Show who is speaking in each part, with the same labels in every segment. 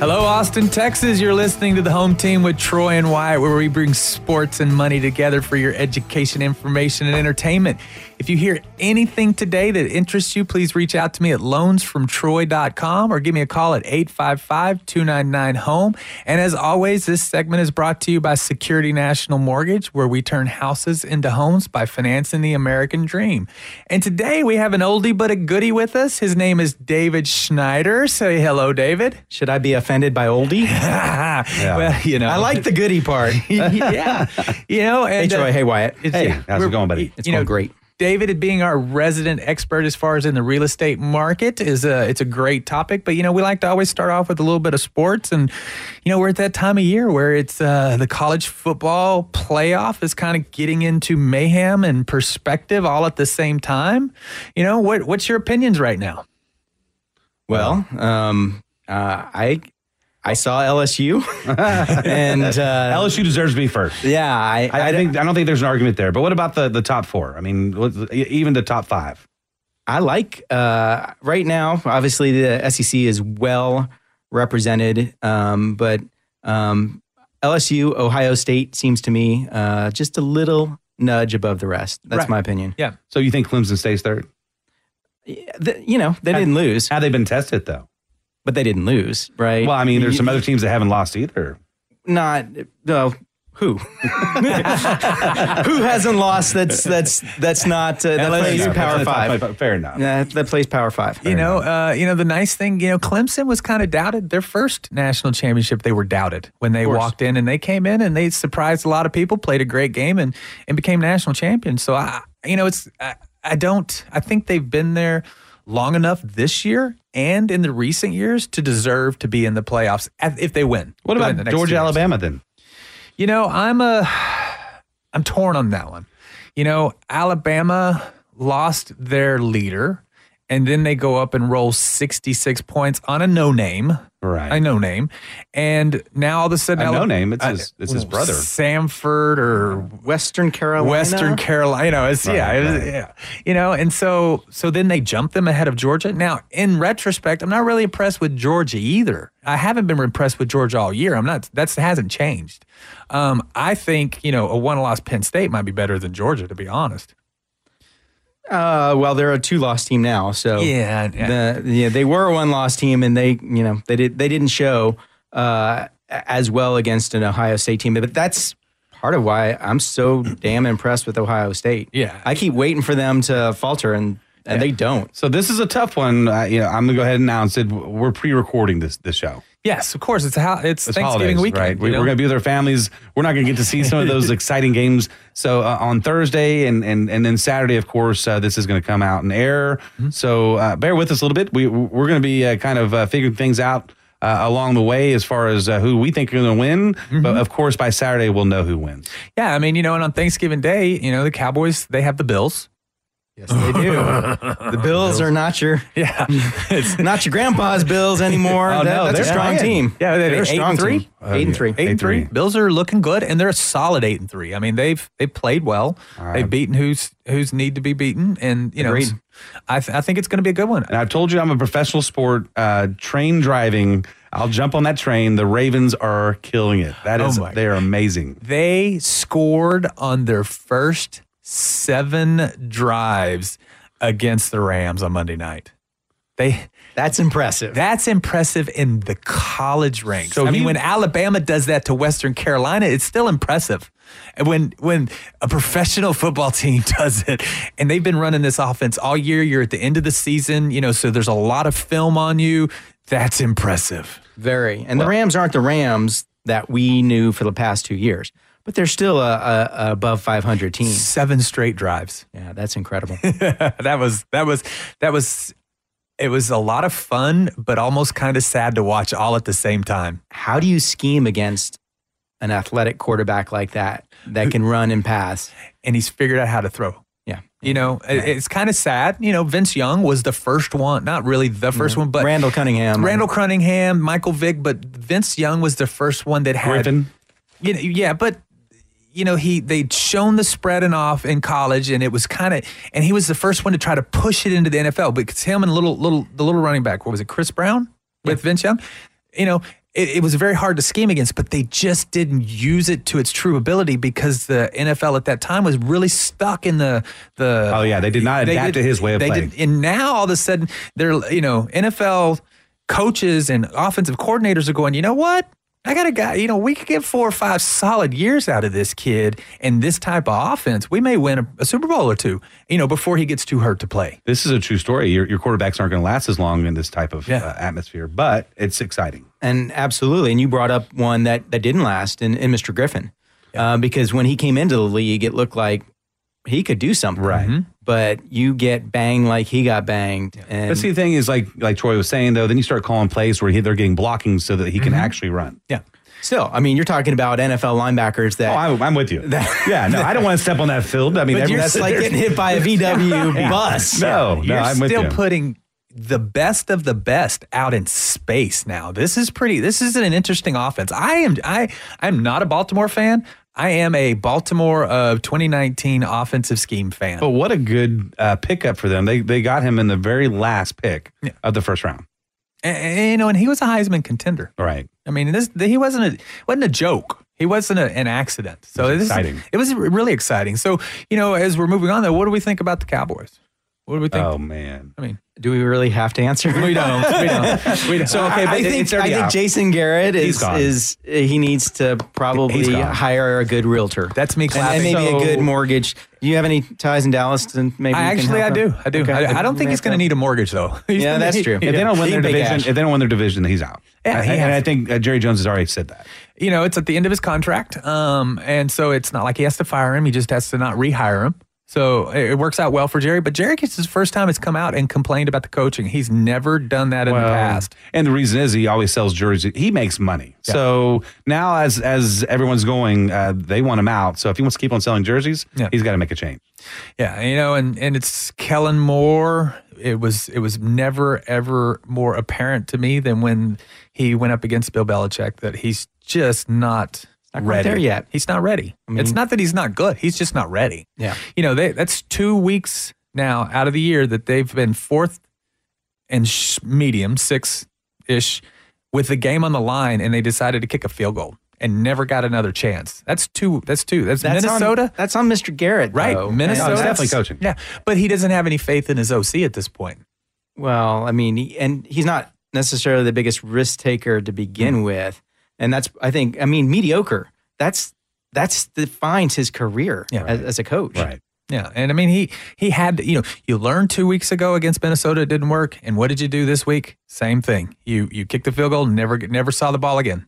Speaker 1: Hello, Austin, Texas. You're listening to the home team with Troy and Wyatt, where we bring sports and money together for your education, information, and entertainment. If you hear anything today that interests you, please reach out to me at loansfromtroy.com or give me a call at 855 299 HOME. And as always, this segment is brought to you by Security National Mortgage, where we turn houses into homes by financing the American dream. And today we have an oldie but a goodie with us. His name is David Schneider. Say hello, David.
Speaker 2: Should I be offended by oldie?
Speaker 1: Well, you know,
Speaker 2: I like the goody part.
Speaker 1: yeah, you know.
Speaker 2: Hey,
Speaker 1: And, uh,
Speaker 2: Troy. Hey, Wyatt. It's,
Speaker 1: Hey,
Speaker 2: yeah,
Speaker 3: how's it
Speaker 1: we're-
Speaker 3: going, buddy?
Speaker 2: It's
Speaker 1: you
Speaker 2: going
Speaker 1: know,
Speaker 2: great.
Speaker 1: David, being our resident expert as far as in the real estate market, is a it's a great topic. But you know, we like to always start off with a little bit of sports, and you know, we're at that time of year where it's uh, the college football playoff is kind of getting into mayhem and perspective all at the same time. You know, what what's your opinions right now?
Speaker 2: Well, um, uh, I I saw LSU, and uh,
Speaker 3: LSU deserves to be first.
Speaker 2: yeah, I,
Speaker 3: I,
Speaker 2: I,
Speaker 3: I think I don't think there's an argument there. But what about the the top four? I mean, what's- e- even the top five.
Speaker 2: I like uh, right now. Obviously, the SEC is well represented, um, but um, LSU, Ohio State seems to me uh, just a little nudge above the rest. That's
Speaker 1: Right.
Speaker 2: my opinion.
Speaker 1: Yeah,
Speaker 3: So you think Clemson stays third?
Speaker 2: Yeah, th- you know, they didn't lose,
Speaker 3: How they been tested though?
Speaker 2: but they didn't lose, right?
Speaker 3: Well, I mean, there's some other teams that haven't lost either.
Speaker 2: not no who who hasn't lost that's that's that's not uh, that
Speaker 3: Fair
Speaker 2: plays
Speaker 3: enough.
Speaker 2: power
Speaker 3: That's not
Speaker 2: five
Speaker 3: my- Fair enough.
Speaker 2: yeah that plays power five
Speaker 1: you know, uh, you know the nice thing, you know, Clemson was kind of doubted. Their first national championship, they were doubted when they walked in, and they came in and they surprised a lot of people, played a great game, and and became national champions. So I, you know, it's I, I don't, I think they've been there long enough this year and in the recent years to deserve to be in the playoffs if if they win.
Speaker 3: What
Speaker 1: during the
Speaker 3: about
Speaker 1: next
Speaker 3: Georgia,
Speaker 1: years.
Speaker 3: Alabama then?
Speaker 1: You know, I'm a I'm torn on that one. You know, Alabama lost their leader and then they go up and roll 66 points on a no name.
Speaker 3: Right.
Speaker 1: A no name. And now all of a sudden
Speaker 3: A
Speaker 1: Ala-
Speaker 3: no-name? It's
Speaker 1: uh,
Speaker 3: his- it's his brother.
Speaker 1: Samford or
Speaker 2: western carolina
Speaker 1: Western Carolina. You know, it's, yeah, it was-
Speaker 3: right.
Speaker 1: yeah. You know, and so so then they jumped them ahead of Georgia. Now, in retrospect, I'm not really impressed with Georgia either. I haven't been impressed with Georgia all year. I'm not. That's hasn't changed. Um, I think you know a one loss Penn State might be better than Georgia, to be honest.
Speaker 2: uh well they're a two loss team now so
Speaker 1: Yeah, yeah.
Speaker 2: the, yeah they were a one loss team and they you know they did they didn't show uh as well against an ohio state team but that's part of why i'm so damn impressed with ohio state
Speaker 1: Yeah.
Speaker 2: i keep waiting for them to falter and and they don't
Speaker 3: So this is a tough one. I, you know, I'm gonna go ahead and announce it. We're pre-recording this this show.
Speaker 1: Yes, of course. It's how it's,
Speaker 3: It's
Speaker 1: Thanksgiving
Speaker 3: holidays,
Speaker 1: weekend.
Speaker 3: right?
Speaker 1: you
Speaker 3: We,
Speaker 1: know?
Speaker 3: We're gonna be with our families. We're not gonna get to see some of those exciting games. So uh, on Thursday and and and then Saturday, of course, uh, this is gonna come out in air.
Speaker 1: Mm-hmm.
Speaker 3: So uh, bear with us a little bit. We we're gonna be uh, kind of uh, figuring things out. Uh, along the way, as far as uh, who we think are going to win,
Speaker 1: Mm-hmm.
Speaker 3: but of course by Saturday we'll know who wins.
Speaker 1: yeah, I mean, you know, and on Thanksgiving Day, you know, the Cowboys they have the Bills.
Speaker 2: Yes, they do. the Bills are not your
Speaker 1: Yeah, it's
Speaker 2: not your grandpa's Bills anymore.
Speaker 3: Oh,
Speaker 2: That-
Speaker 3: no,
Speaker 2: that's a
Speaker 3: they're
Speaker 2: strong
Speaker 3: playing.
Speaker 2: team.
Speaker 1: Yeah, they're
Speaker 2: a
Speaker 1: eight
Speaker 2: strong
Speaker 1: and three? Oh,
Speaker 2: team. Oh, eight and three.
Speaker 1: Eight and three.
Speaker 3: three.
Speaker 1: Bills are looking good, and they're a solid eight and three. I mean, they've they've played well. They've beaten who's who's need to be beaten, and you know,
Speaker 2: Agreed.
Speaker 1: it's- I th- I think it's going to be a good one.
Speaker 3: And I've told you I'm a professional sport uh, train driving. I'll jump on that train. The Ravens are killing it. That
Speaker 1: Oh
Speaker 3: is,
Speaker 1: my.
Speaker 3: they are amazing.
Speaker 1: They scored on their first seven drives against the Rams on Monday night. They
Speaker 2: That's impressive.
Speaker 1: that's impressive in the college ranks.
Speaker 3: So
Speaker 1: I mean,
Speaker 3: you-
Speaker 1: when Alabama does that to Western Carolina, it's still impressive. And when when a professional football team does it, and they've been running this offense all year, you're at the end of the season, you know, so there's a lot of film on you. That's impressive.
Speaker 2: Very. And the Rams aren't the Rams that we knew for the past two years, but they're still a, a, a above 500 team.
Speaker 1: Seven straight drives.
Speaker 2: Yeah, that's incredible.
Speaker 1: that was that was that was it was a lot of fun, but almost kind of sad to watch all at the same time.
Speaker 2: How do you scheme against an athletic quarterback like that that can run and pass?
Speaker 1: And he's figured out how to throw.
Speaker 2: Yeah.
Speaker 1: You know, it- it's kind of sad. You know, Vince Young was the first one, not really
Speaker 3: Mm-hmm.
Speaker 1: the first one, but
Speaker 2: Randall Cunningham.
Speaker 1: Randall Cunningham, Michael Vick, but Vince Young was the first one that had
Speaker 3: Griffin.
Speaker 1: you know, yeah, but you know, he they'd shown the spread and off in college, and it was kind of, and he was the first one to try to push it into the NFL because him and little little the little running back, what was it, Chris Brown with Vince Young, you know. It, it was very hard to scheme against, but they just didn't use it to its true ability because the NFL at that time was really stuck in the the.
Speaker 3: Oh, yeah, they did not adapt to his way of
Speaker 1: they
Speaker 3: playing.
Speaker 1: and now all of a sudden, they're you know NFL coaches and offensive coordinators are going. You know what? I got a guy. You know, we could get four or five solid years out of this kid and this type of offense. We may win a, a Super Bowl or two. You know, before he gets too hurt to play.
Speaker 3: This is a true story. Your, your quarterbacks aren't going to last as long in this type of
Speaker 1: Yeah.
Speaker 3: uh, atmosphere, but it's exciting.
Speaker 2: And absolutely. And you brought up one that, that didn't last in, in Mr. Griffin. Uh, because when he came into the league, it looked like he could do something.
Speaker 3: Right.
Speaker 2: But you get banged like he got banged. And
Speaker 3: But see, the thing is, like like Troy was saying, though, then you start calling plays where he, they're getting blockings so that he
Speaker 2: Mm-hmm.
Speaker 3: can actually run.
Speaker 1: Yeah.
Speaker 2: still, I mean, you're talking about NFL linebackers that.
Speaker 3: Oh, I'm, I'm with you. yeah, no, I don't want to step on that field. I mean,
Speaker 2: But
Speaker 3: every-
Speaker 2: you're- that's like getting hit by a VW bus.
Speaker 3: no, no,
Speaker 1: Oh, You're
Speaker 3: I'm with
Speaker 1: still
Speaker 3: you.
Speaker 1: putting the best of the best out in space now. This is pretty. This is an interesting offense. I am. I. I'm not a Baltimore fan. I am a Baltimore of 2019 offensive scheme fan.
Speaker 3: but what a good uh, pickup for them. They they got him in the very last pick of the first round.
Speaker 1: And- and, you know, and he was a Heisman contender.
Speaker 3: All right.
Speaker 1: I mean, this he wasn't a wasn't a joke. He wasn't a, an accident. So
Speaker 3: It was
Speaker 1: this is-
Speaker 3: exciting.
Speaker 1: It was really exciting. So you know, as we're moving on, though, what do we think about the Cowboys? What do we think?
Speaker 3: Oh man.
Speaker 1: I mean,
Speaker 2: Do we really have to answer?
Speaker 1: we don't. We don't. We don't. So okay, but
Speaker 2: I
Speaker 3: it-
Speaker 2: think,
Speaker 3: it's already
Speaker 2: I think
Speaker 3: out.
Speaker 2: Jason Garrett
Speaker 3: He's
Speaker 2: is,
Speaker 3: gone.
Speaker 2: is he needs to
Speaker 3: He's
Speaker 2: probably
Speaker 3: gone.
Speaker 2: hire a good realtor.
Speaker 1: That's me
Speaker 2: And- And,
Speaker 1: clapping.
Speaker 2: maybe
Speaker 3: So-
Speaker 2: a good mortgage. Do you have any ties in Dallas? And maybe
Speaker 1: I
Speaker 2: you can
Speaker 1: actually, I
Speaker 2: help
Speaker 1: do.
Speaker 2: out?
Speaker 1: I do.
Speaker 2: Okay.
Speaker 1: I, I don't think
Speaker 2: Maybe
Speaker 1: he's going to need a mortgage though. He's
Speaker 2: Yeah,
Speaker 1: gonna
Speaker 2: that's
Speaker 1: need-
Speaker 2: true.
Speaker 3: If they don't win
Speaker 2: He
Speaker 3: their
Speaker 2: big
Speaker 3: division,
Speaker 2: ass.
Speaker 3: if they don't win their division, then he's out.
Speaker 1: Yeah, he
Speaker 3: and, and
Speaker 1: has-
Speaker 3: I think uh, Jerry Jones has already said that.
Speaker 1: You know, it's at the end of his contract, um, and so it's not like he has to fire him. He just has to not rehire him. So it it works out well for Jerry. But Jerry gets his first time has come out and complained about the coaching. He's never done that in the
Speaker 2: Um,
Speaker 1: past.
Speaker 3: And the reason is he always sells jerseys. He makes money. So now, as as everyone's going, uh, they want him out. So if he wants to keep on selling jerseys,
Speaker 1: Yeah.
Speaker 3: he's got to make a change.
Speaker 1: Yeah, you know, and and it's Kellen Moore. It was it was never ever more apparent to me than when he went up against Bill Belichick that he's just not,
Speaker 2: not quite
Speaker 1: ready
Speaker 2: there yet.
Speaker 1: He's not ready. it's not that he's not good. He's just not ready.
Speaker 2: Yeah.
Speaker 1: you know, they, that's two weeks now out of the year that they've been fourth and sh- medium six ish with the game on the line, and they decided to kick a field goal and never got another chance. That's two. That's two. That's,
Speaker 2: That's on-
Speaker 1: Minnesota.
Speaker 2: that's on Mr. Garrett,
Speaker 1: Right,
Speaker 2: though.
Speaker 1: Minnesota.
Speaker 3: Oh,
Speaker 2: And
Speaker 3: he's
Speaker 2: that's-
Speaker 3: definitely coaching.
Speaker 1: Yeah, but he doesn't have any faith in his OC at this point.
Speaker 2: Well, I mean, he, and he's not necessarily the biggest risk taker to begin
Speaker 1: Hmm.
Speaker 2: with, and that's I think I mean mediocre. That's that's defines his career
Speaker 1: Yeah.
Speaker 2: as, as a coach.
Speaker 3: Right.
Speaker 1: Yeah, and I mean he he had to, you know you learned two weeks ago against Minnesota it didn't work, and what did you do this week? Same thing. You you kicked the field goal, never never saw the ball again,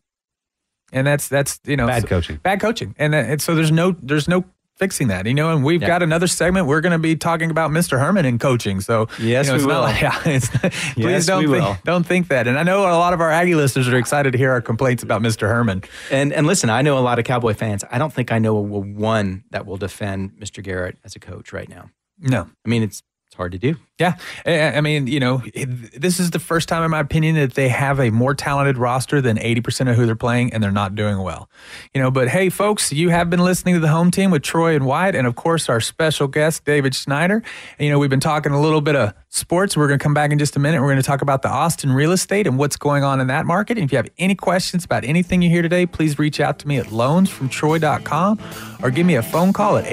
Speaker 1: and that's that's you know
Speaker 3: Bad
Speaker 1: so-
Speaker 3: coaching.
Speaker 1: bad coaching, and, that- and so there's no there's no fixing that, you know. And we've got another segment we're going to be talking about Mr. Herman and coaching. So
Speaker 2: Yes,
Speaker 1: you know,
Speaker 2: we
Speaker 1: it's not
Speaker 2: will.
Speaker 1: like- yeah, it's, please
Speaker 2: Yes,
Speaker 1: don't
Speaker 2: we
Speaker 1: think,
Speaker 2: will.
Speaker 1: don't think that. And I know a lot of our Aggie listeners are excited to hear our complaints about Mr. Herman.
Speaker 2: And and listen, I know a lot of Cowboy fans. I don't think I know a, one that will defend Mr. Garrett as a coach right now.
Speaker 1: No,
Speaker 2: I mean, it's it's hard to do.
Speaker 1: Yeah, I I mean, you know, it- this is the first time, in my opinion, that they have a more talented roster than eighty percent of who they're playing, and they're not doing well. You know, but hey, folks, you have been listening to the home team with Troy and White, and of course, our special guest David Schneider. And, you know, we've been talking a little bit of sports. We're going to come back in just a minute. We're going to talk about the Austin real estate and what's going on in that market. And if you have any questions about anything you hear today, please reach out to me at loansfromtroy.com or give me a phone call at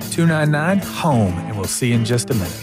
Speaker 1: 855-299-HOME. And we'll see you in just a minute.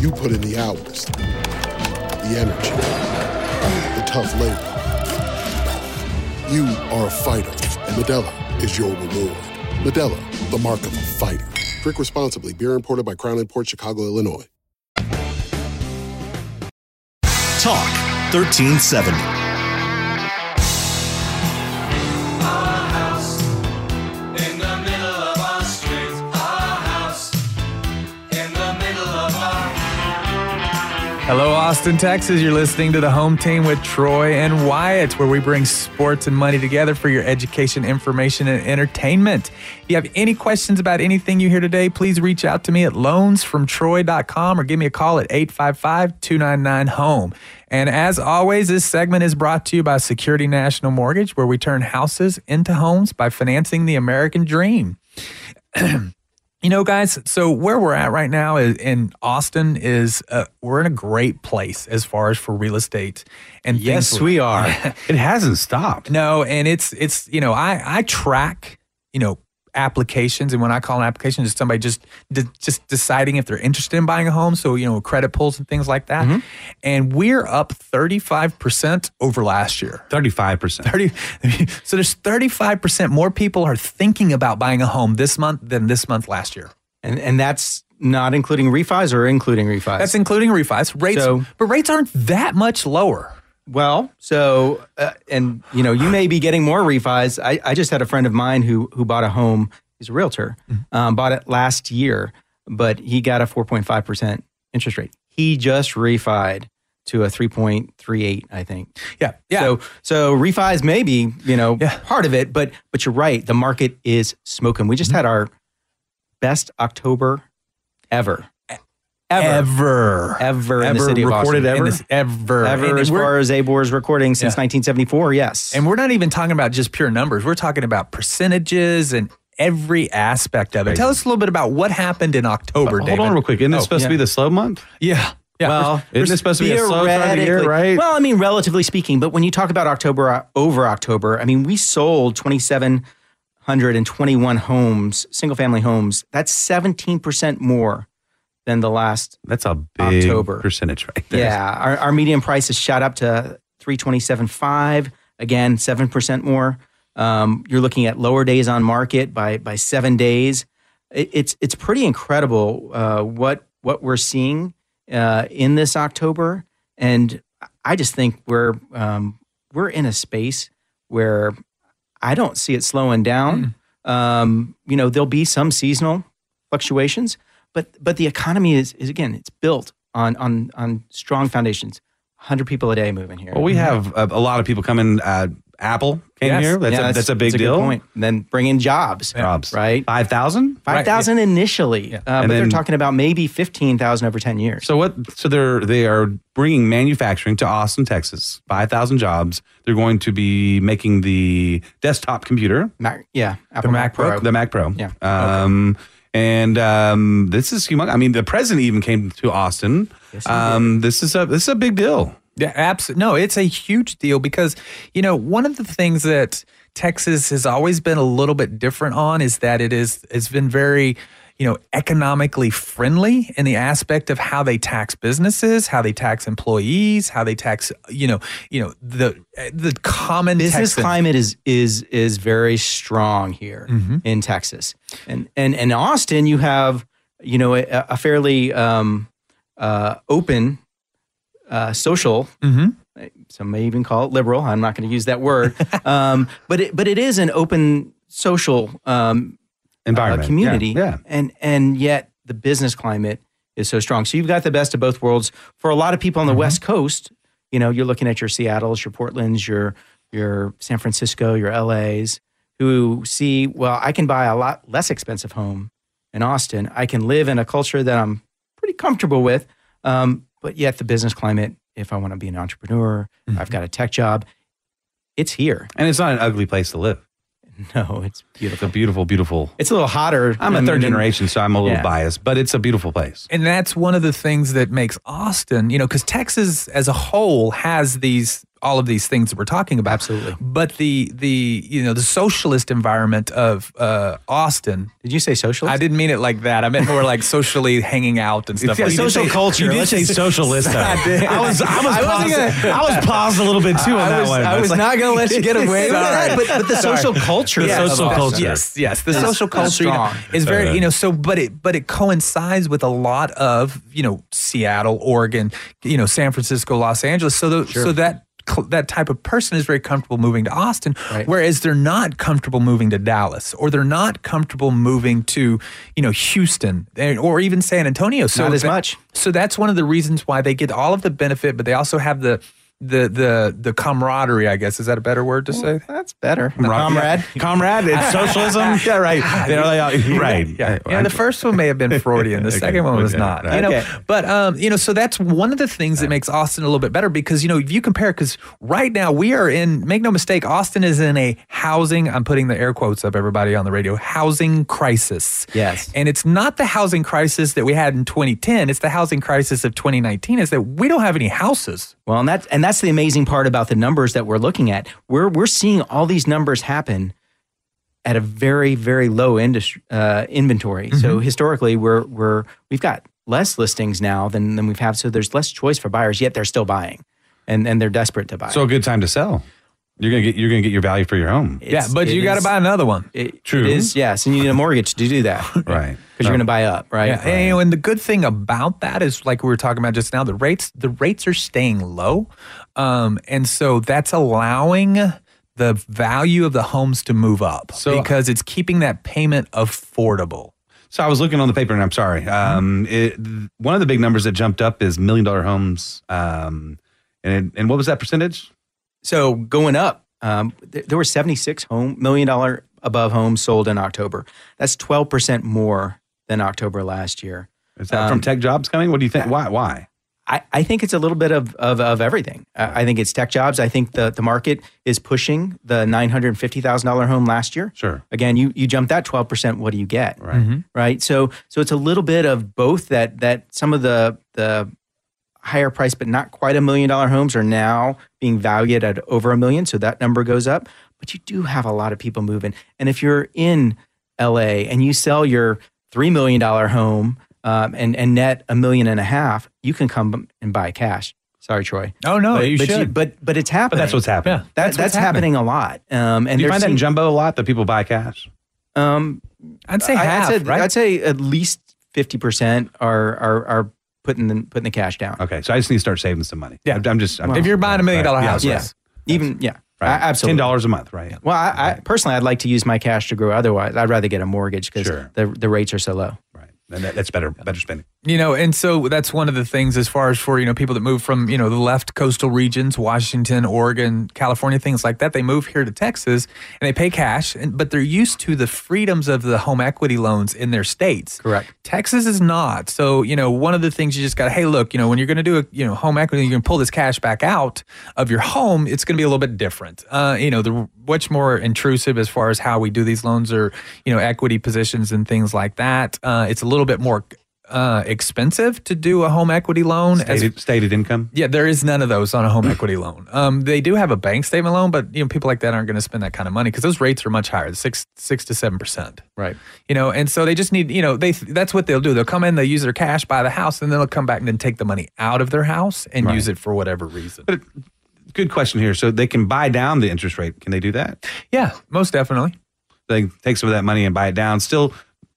Speaker 4: You put in the hours, the energy, the tough labor. You are a fighter, and Medella is your reward. Medella, the mark of a fighter. Drink responsibly. Beer imported by Crown Port Chicago, Illinois.
Speaker 5: Talk 1370.
Speaker 1: Hello, Austin, Texas. You're listening to the home team with Troy and Wyatt, where we bring sports and money together for your education, information, and entertainment. If you have any questions about anything you hear today, please reach out to me at loansfromtroy.com or give me a call at 855 299 HOME. E. And as always, this segment is brought to you by Security National Mortgage, where we turn houses into homes by financing the American dream. You know, guys, so where we're at right now is in Austin is uh, we're in a great place as far as for real estate and
Speaker 2: Yes,
Speaker 1: things-
Speaker 2: we are.
Speaker 3: It hasn't stopped.
Speaker 1: No, and it's it's you know I I track you know applications and when I call an application, it's somebody just de- just deciding if they're interested in buying a home. So you know credit pulls and things like
Speaker 2: Mm-hmm.
Speaker 1: that, and we're up thirty five percent over last year.
Speaker 3: 35%.
Speaker 1: 30, so there's 35% more people are thinking about buying a home this month than this month last year.
Speaker 2: And, and that's not including refis or including refis?
Speaker 1: That's including refis. Rates,
Speaker 2: So-
Speaker 1: but rates aren't that much lower.
Speaker 2: Well, so uh, and you know, you may be getting more refis. I, I just had a friend of mine who who bought a home. He's a realtor. Um, bought it last year, but he got a 4.5 percent interest rate. He just refied to a 3.38, I think.
Speaker 1: Yeah, yeah.
Speaker 2: So so refis may be you know
Speaker 1: Yeah.
Speaker 2: part of it, but but you're right. The market is smoking. We just
Speaker 3: Mm-hmm.
Speaker 2: had our best October ever. Ever,
Speaker 1: ever,
Speaker 2: ever, in the
Speaker 3: Ever
Speaker 2: city of Austin.
Speaker 3: recorded
Speaker 1: In
Speaker 3: ever?
Speaker 1: this- ever,
Speaker 2: ever
Speaker 1: And
Speaker 2: as
Speaker 1: we're-
Speaker 2: far as Abor's recording since
Speaker 1: Yeah.
Speaker 2: 1974. Yes,
Speaker 1: And we're not even talking about just pure numbers. We're talking about percentages and every aspect of it. Tell us a little bit about what happened in October,
Speaker 3: Uh, Hold
Speaker 1: David. Oh,
Speaker 3: on real quick. Isn't
Speaker 2: oh,
Speaker 3: this supposed to be the slow month?
Speaker 1: Yeah. Yeah.
Speaker 2: well,
Speaker 3: Isn't this supposed to be a slow time of year,
Speaker 2: theoretically-
Speaker 3: right?
Speaker 2: Well, I mean, relatively speaking, but when you talk about October uh, over October, I mean, we sold 2,721 homes, single family homes. That's 17% more than the last.
Speaker 3: That's a big
Speaker 2: October.
Speaker 3: percentage right there.
Speaker 2: Yeah. Our, our median price has shot up to 327.5, again, 7% more. Um, you're looking at lower days on market by, by seven days. It, it's, it's pretty incredible uh, what, what we're seeing uh, in this October. And I just think we're um, we're in a space where I don't see it slowing down.
Speaker 3: Hmm.
Speaker 2: Um, you know, there'll be some seasonal fluctuations, but but the economy is, is again it's built on on on strong foundations. Hundred people a day moving here.
Speaker 3: Well, we have a, a lot of people coming. Uh, Apple came
Speaker 1: Yes.
Speaker 3: here. That's,
Speaker 2: Yeah,
Speaker 3: a, that's, a big
Speaker 2: good
Speaker 3: deal.
Speaker 2: point. And then bring in jobs,
Speaker 3: Jobs.
Speaker 2: right?
Speaker 3: 5,000?
Speaker 2: Five thousand initially, uh, but
Speaker 3: And
Speaker 2: they're
Speaker 3: then-
Speaker 2: talking about maybe fifteen thousand over ten years.
Speaker 3: So what? So they're they are bringing manufacturing to Austin, Texas. Five thousand jobs. They're going to be making the desktop computer,
Speaker 2: Mac, yeah, Apple
Speaker 1: Mac Pro.
Speaker 3: the Mac Pro.
Speaker 2: Yeah.
Speaker 3: Um, And um, this is humongous. I mean, the president even came to Austin. um, this is a this is a big deal.
Speaker 1: Yeah, absolutely. No, it's a huge deal because, you know, one of the things that Texas has always been a little bit different on is that it is it's been very, you know, economically friendly in the aspect of how they tax businesses, how they tax employees, how they tax, you know, you know, the the common
Speaker 2: business
Speaker 1: Texan.
Speaker 2: climate is is is very strong here in Texas, and and and Austin, you have you know a, a fairly um, uh, open uh, social. Some may even call it liberal. I'm not going to use that word, um, but it, but it is an open social um, uh,
Speaker 3: Environment,
Speaker 2: community,
Speaker 3: Yeah. yeah.
Speaker 2: and and yet the business climate is so strong. So you've got the best of both worlds. For a lot of people on
Speaker 3: Mm-hmm.
Speaker 2: the West Coast, you know, you're looking at your Seattle's, your Portland's, your your San Francisco, your LA's, who see, well, I can buy a lot less expensive home in Austin. I can live in a culture that I'm pretty comfortable with. Um, but yet, the business climate, if I want to be an entrepreneur,
Speaker 3: Mm-hmm.
Speaker 2: I've got a tech job, it's here.
Speaker 3: And it's not an ugly place to live.
Speaker 2: No, it's
Speaker 3: It's a
Speaker 2: beautiful.
Speaker 3: beautiful, beautiful.
Speaker 2: It's a little hotter.
Speaker 3: I'm a
Speaker 2: than-
Speaker 3: third
Speaker 2: than-
Speaker 3: generation, so I'm a little
Speaker 2: Yeah.
Speaker 3: biased, but it's a beautiful place.
Speaker 1: And that's one of the things that makes Austin, you know, because Texas as a whole has these all of these things that we're talking about.
Speaker 2: Absolutely.
Speaker 1: But the the you know the socialist environment of uh, Austin,
Speaker 2: Did you say socialist?
Speaker 1: I didn't mean it like that. I meant more like socially hanging out and stuff.
Speaker 3: Yeah,
Speaker 1: like that.
Speaker 3: social
Speaker 1: You did say-
Speaker 6: culture.
Speaker 1: you did
Speaker 6: Let's say socialist. Though.
Speaker 1: I did.
Speaker 6: I was I was
Speaker 1: I wasn't
Speaker 6: paused,
Speaker 1: gonna-
Speaker 6: I was paused a little bit too on
Speaker 2: I
Speaker 6: that
Speaker 2: was,
Speaker 6: one.
Speaker 2: I
Speaker 6: It's
Speaker 2: was
Speaker 6: like,
Speaker 2: not going to let you get away with that. But, but the social culture,
Speaker 6: Yeah.
Speaker 2: of
Speaker 6: Social
Speaker 2: Austin.
Speaker 6: culture.
Speaker 1: Yes, yes. The social
Speaker 2: that's
Speaker 1: culture you know,
Speaker 2: strong.
Speaker 1: is very,
Speaker 6: Uh,
Speaker 1: you know, so but it but it coincides with a lot of, you know, Seattle, Oregon, you know, San Francisco, Los Angeles. So the, so that cl- that type of person is very comfortable moving to Austin,
Speaker 2: Right.
Speaker 1: whereas they're not comfortable moving to Dallas or they're not comfortable moving to, you know, Houston and- or even San Antonio. So
Speaker 2: Not as
Speaker 1: that-
Speaker 2: much.
Speaker 1: So that's one of the reasons why they get all of the benefit, but they also have the the the the camaraderie, I guess. Is that a better word to say?
Speaker 2: That's better.
Speaker 6: comrade, comrade, it's socialism. yeah, right. They're
Speaker 3: oh,
Speaker 6: like, uh, right.
Speaker 1: Yeah, yeah. The first one may have been Freudian. The second one was
Speaker 3: Okay.
Speaker 1: not. You know,
Speaker 2: Okay.
Speaker 1: but um, you know, so that's one of the things that makes Austin a little bit better because you know if you compare, because right now we are in. Make no mistake, Austin is in a housing. I'm putting the air quotes up, everybody on the radio. Housing crisis.
Speaker 2: Yes.
Speaker 1: And it's not the housing crisis that we had in 2010. It's the housing crisis of 2019. Is that we don't have any houses.
Speaker 2: Well, and that's and that's the amazing part about the numbers that we're looking at. We're we're seeing all these numbers happen at a very very low industry, uh, inventory.
Speaker 1: Mm-hmm.
Speaker 2: So historically, we're we're we've got less listings now than than we've had. So there's less choice for buyers. Yet they're still buying, and and they're desperate to buy.
Speaker 3: So a good time to sell. You're gonna get you're gonna get your value for your home.
Speaker 2: It's-
Speaker 1: yeah, but
Speaker 2: it
Speaker 1: you got to
Speaker 2: is-
Speaker 1: buy another one.
Speaker 2: It,
Speaker 3: True.
Speaker 2: It is yes, and you need a mortgage to do that because
Speaker 3: Right.
Speaker 2: you're going to buy up, right?
Speaker 1: Yeah, and, you know, and the good thing about that is, like we were talking about just now, the rates the rates are staying low, um, and so that's allowing the value of the homes to move up
Speaker 3: So-
Speaker 1: because it's keeping that payment affordable.
Speaker 3: So I was looking on the paper, and I'm sorry.
Speaker 1: Mm-hmm.
Speaker 3: Um, it, th- one of the big numbers that jumped up is million dollar homes. Um, and and what was that percentage?
Speaker 2: So going up, um, th- there were 76 home million dollar above homes sold in October. That's 12% more than October last year.
Speaker 3: Is that
Speaker 1: Um,
Speaker 3: from tech jobs coming? What do you think? Why? Why?
Speaker 2: I, I think it's a little bit of, of, of everything. I, I think it's tech jobs. I think the, the market is pushing the $950,000 home last year.
Speaker 3: Sure.
Speaker 2: Again, you, you jump that 12%, what do you get?
Speaker 3: Right. Mm-hmm.
Speaker 2: right? So so it's a little bit of both that that some of the the higher price but not quite a million dollar homes are now being valued at over a million, so that number goes up. But you do have a lot of people moving, and if you're in LA and you sell your three million dollar home um, and and net a million and a half, you can come and buy cash. Sorry, Troy.
Speaker 1: Oh no,
Speaker 2: but,
Speaker 1: you
Speaker 2: but
Speaker 1: should.
Speaker 2: but but it's happening.
Speaker 3: But that's what's happening.
Speaker 1: Yeah.
Speaker 2: That- that's,
Speaker 1: what's
Speaker 2: happening. a lot. Um, and
Speaker 3: Do you
Speaker 2: they're
Speaker 3: find that in
Speaker 2: seeing-
Speaker 3: jumbo a lot that people buy cash?
Speaker 2: um,
Speaker 1: I'd say
Speaker 2: I-
Speaker 1: half,
Speaker 2: I'd say,
Speaker 1: right?
Speaker 2: I'd say at least fifty percent are are are putting the putting the cash down.
Speaker 3: Okay, so I just need to start saving some money.
Speaker 1: Yeah.
Speaker 3: I'm, I'm just. I'm
Speaker 1: if you're buying a million dollar
Speaker 3: Right.
Speaker 1: house,
Speaker 2: Yeah.
Speaker 1: yes.
Speaker 2: Even yeah,
Speaker 3: Right.
Speaker 2: I- absolutely.
Speaker 3: Ten dollars a month, right?
Speaker 2: Well, I, I personally, I'd like to use my cash to grow. Otherwise, I'd rather get a mortgage because
Speaker 3: Sure.
Speaker 2: the the rates are so low.
Speaker 3: Right. And that, that's better. Better spending.
Speaker 1: You know, and so that's one of the things as far as for, you know, people that move from, you know, the left coastal regions, Washington, Oregon, California, things like that. They move here to Texas and they pay cash, and, but they're used to the freedoms of the home equity loans in their states.
Speaker 2: Correct.
Speaker 1: Texas is not. So, you know, one of the things you just got to, hey, look, you know, when you're going to do a, you know, home equity, you can pull this cash back out of your home. It's going to be a little bit different. Uh, you know, the much more intrusive as far as how we do these loans or, you know, equity positions and things like that. Uh, it's a little bit more uh, expensive to do a home equity loan. as
Speaker 3: Stated, stated income.
Speaker 1: yeah, there is none of those on a home equity loan. Um, they do have a bank statement loan, but you know people like that aren't going to spend that kind of money because those rates are much higher, six six to seven percent.
Speaker 2: Right.
Speaker 1: You know, and so they just need you know they that's what they'll do. They'll come in, they'll use their cash, buy the house, and then they'll come back and then take the money out of their house and use it for whatever reason.
Speaker 3: Good question here. So they can buy down the interest rate. Can they do that?
Speaker 1: yeah, most definitely.
Speaker 3: They can take some of that money and buy it down. Still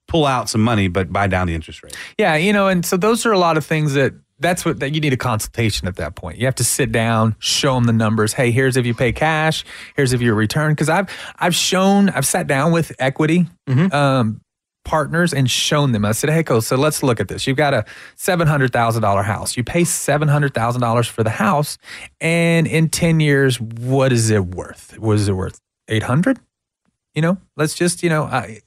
Speaker 3: pull out some money, but buy down the interest rate.
Speaker 1: Yeah, you know, and so those are a lot of things that that's what that you need a consultation at that point. You have to sit down, show them the numbers. Hey, here's if you pay cash. Here's if you return. Because I've I've shown I've sat down with equity um, partners and shown them. I said, hey, cool. So let's look at this. You've got a seven hundred thousand dollar house. You pay seven hundred thousand dollars for the house, and in ten years, what is it worth? What is it worth? Eight hundred. You know, let's just you know I,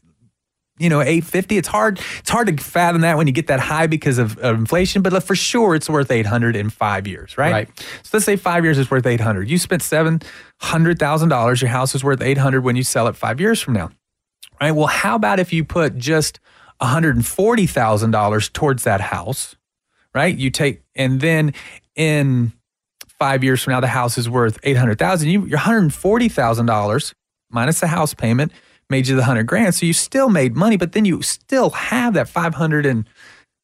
Speaker 1: you know 850 it's hard it's hard to fathom that when you get that high because of, of inflation but for sure it's worth 800 in five years right
Speaker 2: Right.
Speaker 1: so let's say five years is worth 800 you spent $700000 your house is worth 800 when you sell it five years from now right well how about if you put just $140000 towards that house right you take and then in five years from now the house is worth 800000 you your $140000 minus the house payment made you the 100 grand so you still made money but then you still have that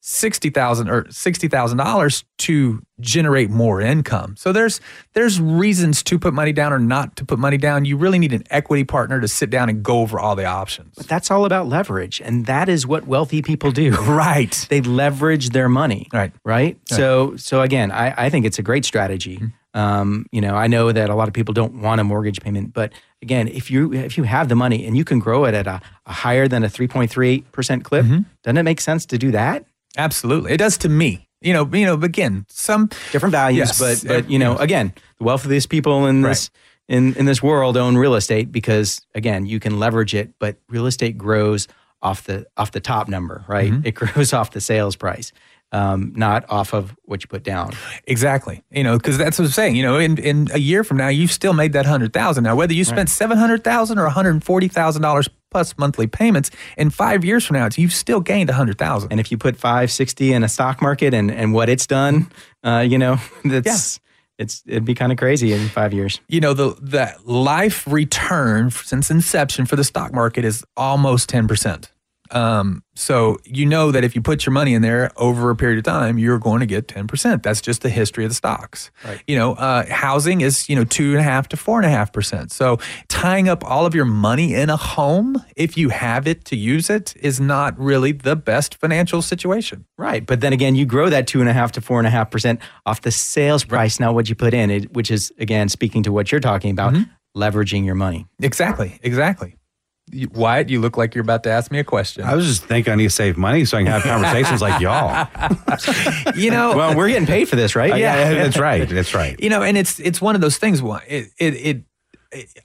Speaker 1: 560000 or $60000 to generate more income so there's there's reasons to put money down or not to put money down you really need an equity partner to sit down and go over all the options
Speaker 2: But that's all about leverage. And that is what wealthy people do.
Speaker 1: Right.
Speaker 2: They leverage their money.
Speaker 1: Right.
Speaker 2: Right. So, so again, I, I think it's a great strategy. Um, you know, I know that a lot of people don't want a mortgage payment, but again, if you if you have the money and you can grow it at a, a higher than a 3.38% clip, doesn't it make sense to do that?
Speaker 1: absolutely it does to me you know you know again some
Speaker 2: Different
Speaker 1: Yes.
Speaker 2: values, but but you know, again, the wealthiest people in this in, in this world own real estate because again, you can leverage it, but real estate grows off the off the top number, right? It grows off the sales price, um, not off of what you put down.
Speaker 1: Exactly. You know, because that's what I'm saying. You know, in, in a year from now, you've still made that hundred thousand. Now, whether you spent seven hundred thousand or one hundred forty thousand dollars plus monthly payments, in five years from now, it's, you've still gained a hundred thousand.
Speaker 2: And if you put five sixty in a stock market and and what it's done, uh, you know, that's it's it'd be kind of crazy in five years.
Speaker 1: You know, the the life return since inception for the stock market is almost ten percent. Um, so you know that if you put your money in there over a period of time, you're going to get 10%. That's just the history of the stocks. Right. You know, uh, housing is, you know, two and a half to four and a half percent. So tying up all of your money in a home, if you have it to use it, is not really the best financial situation.
Speaker 2: Right, but then again, you grow that two and a half to four and a half percent off the sales price, not what you put in it, which is again speaking to what you're talking about, leveraging your money.
Speaker 1: Exactly. Exactly. You- Wyatt, you look like you're about to ask me a question.
Speaker 3: I was just thinking I need to save money so I can have conversations like y'all.
Speaker 1: you know,
Speaker 2: Well, we're getting paid for this, right?
Speaker 3: Yeah, that's right. That's right.
Speaker 1: you know and it's it's one of those things why it it, it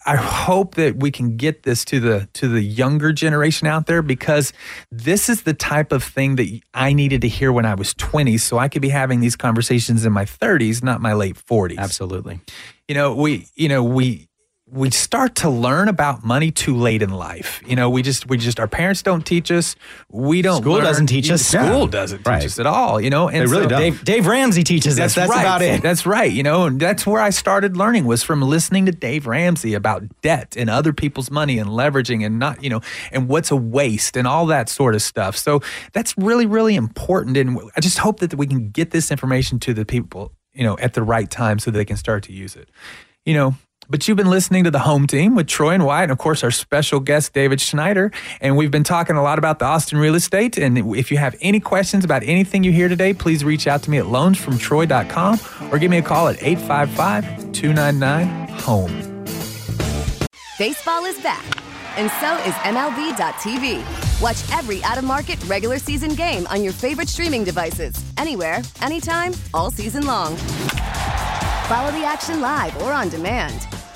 Speaker 1: I hope that we can get this to the to the younger generation out there because this is the type of thing that I needed to hear when I was 20 so I could be having these conversations in my 30s not my late 40s.
Speaker 2: Absolutely.
Speaker 1: You know, we you know, we we start to learn about money too late in life. You know, we just we just our parents don't teach us. We don't
Speaker 2: School
Speaker 1: learn-
Speaker 2: doesn't teach us.
Speaker 1: School
Speaker 2: Yeah.
Speaker 1: doesn't teach
Speaker 3: Right.
Speaker 1: us at all, you know. And
Speaker 3: They really
Speaker 1: so-
Speaker 3: don't.
Speaker 2: Dave, Dave Ramsey teaches us. That's
Speaker 1: right.
Speaker 2: about it.
Speaker 1: That's right. You know, and that's where I started learning was from listening to Dave Ramsey about debt and other people's money and leveraging and not, you know, and what's a waste and all that sort of stuff. So that's really, really important. And I just hope that we can get this information to the people, you know, at the right time so they can start to use it. You know, but you've been listening to the home team with Troy and Wyatt, and of course, our special guest, David Schneider. And we've been talking a lot about the Austin real estate. And if you have any questions about anything you hear today, please reach out to me at loansfromtroy.com or give me a call at 855 299 HOME.
Speaker 7: Baseball is back, and so is MLB.tv. Watch every out of market regular season game on your favorite streaming devices, anywhere, anytime, all season long. Follow the action live or on demand.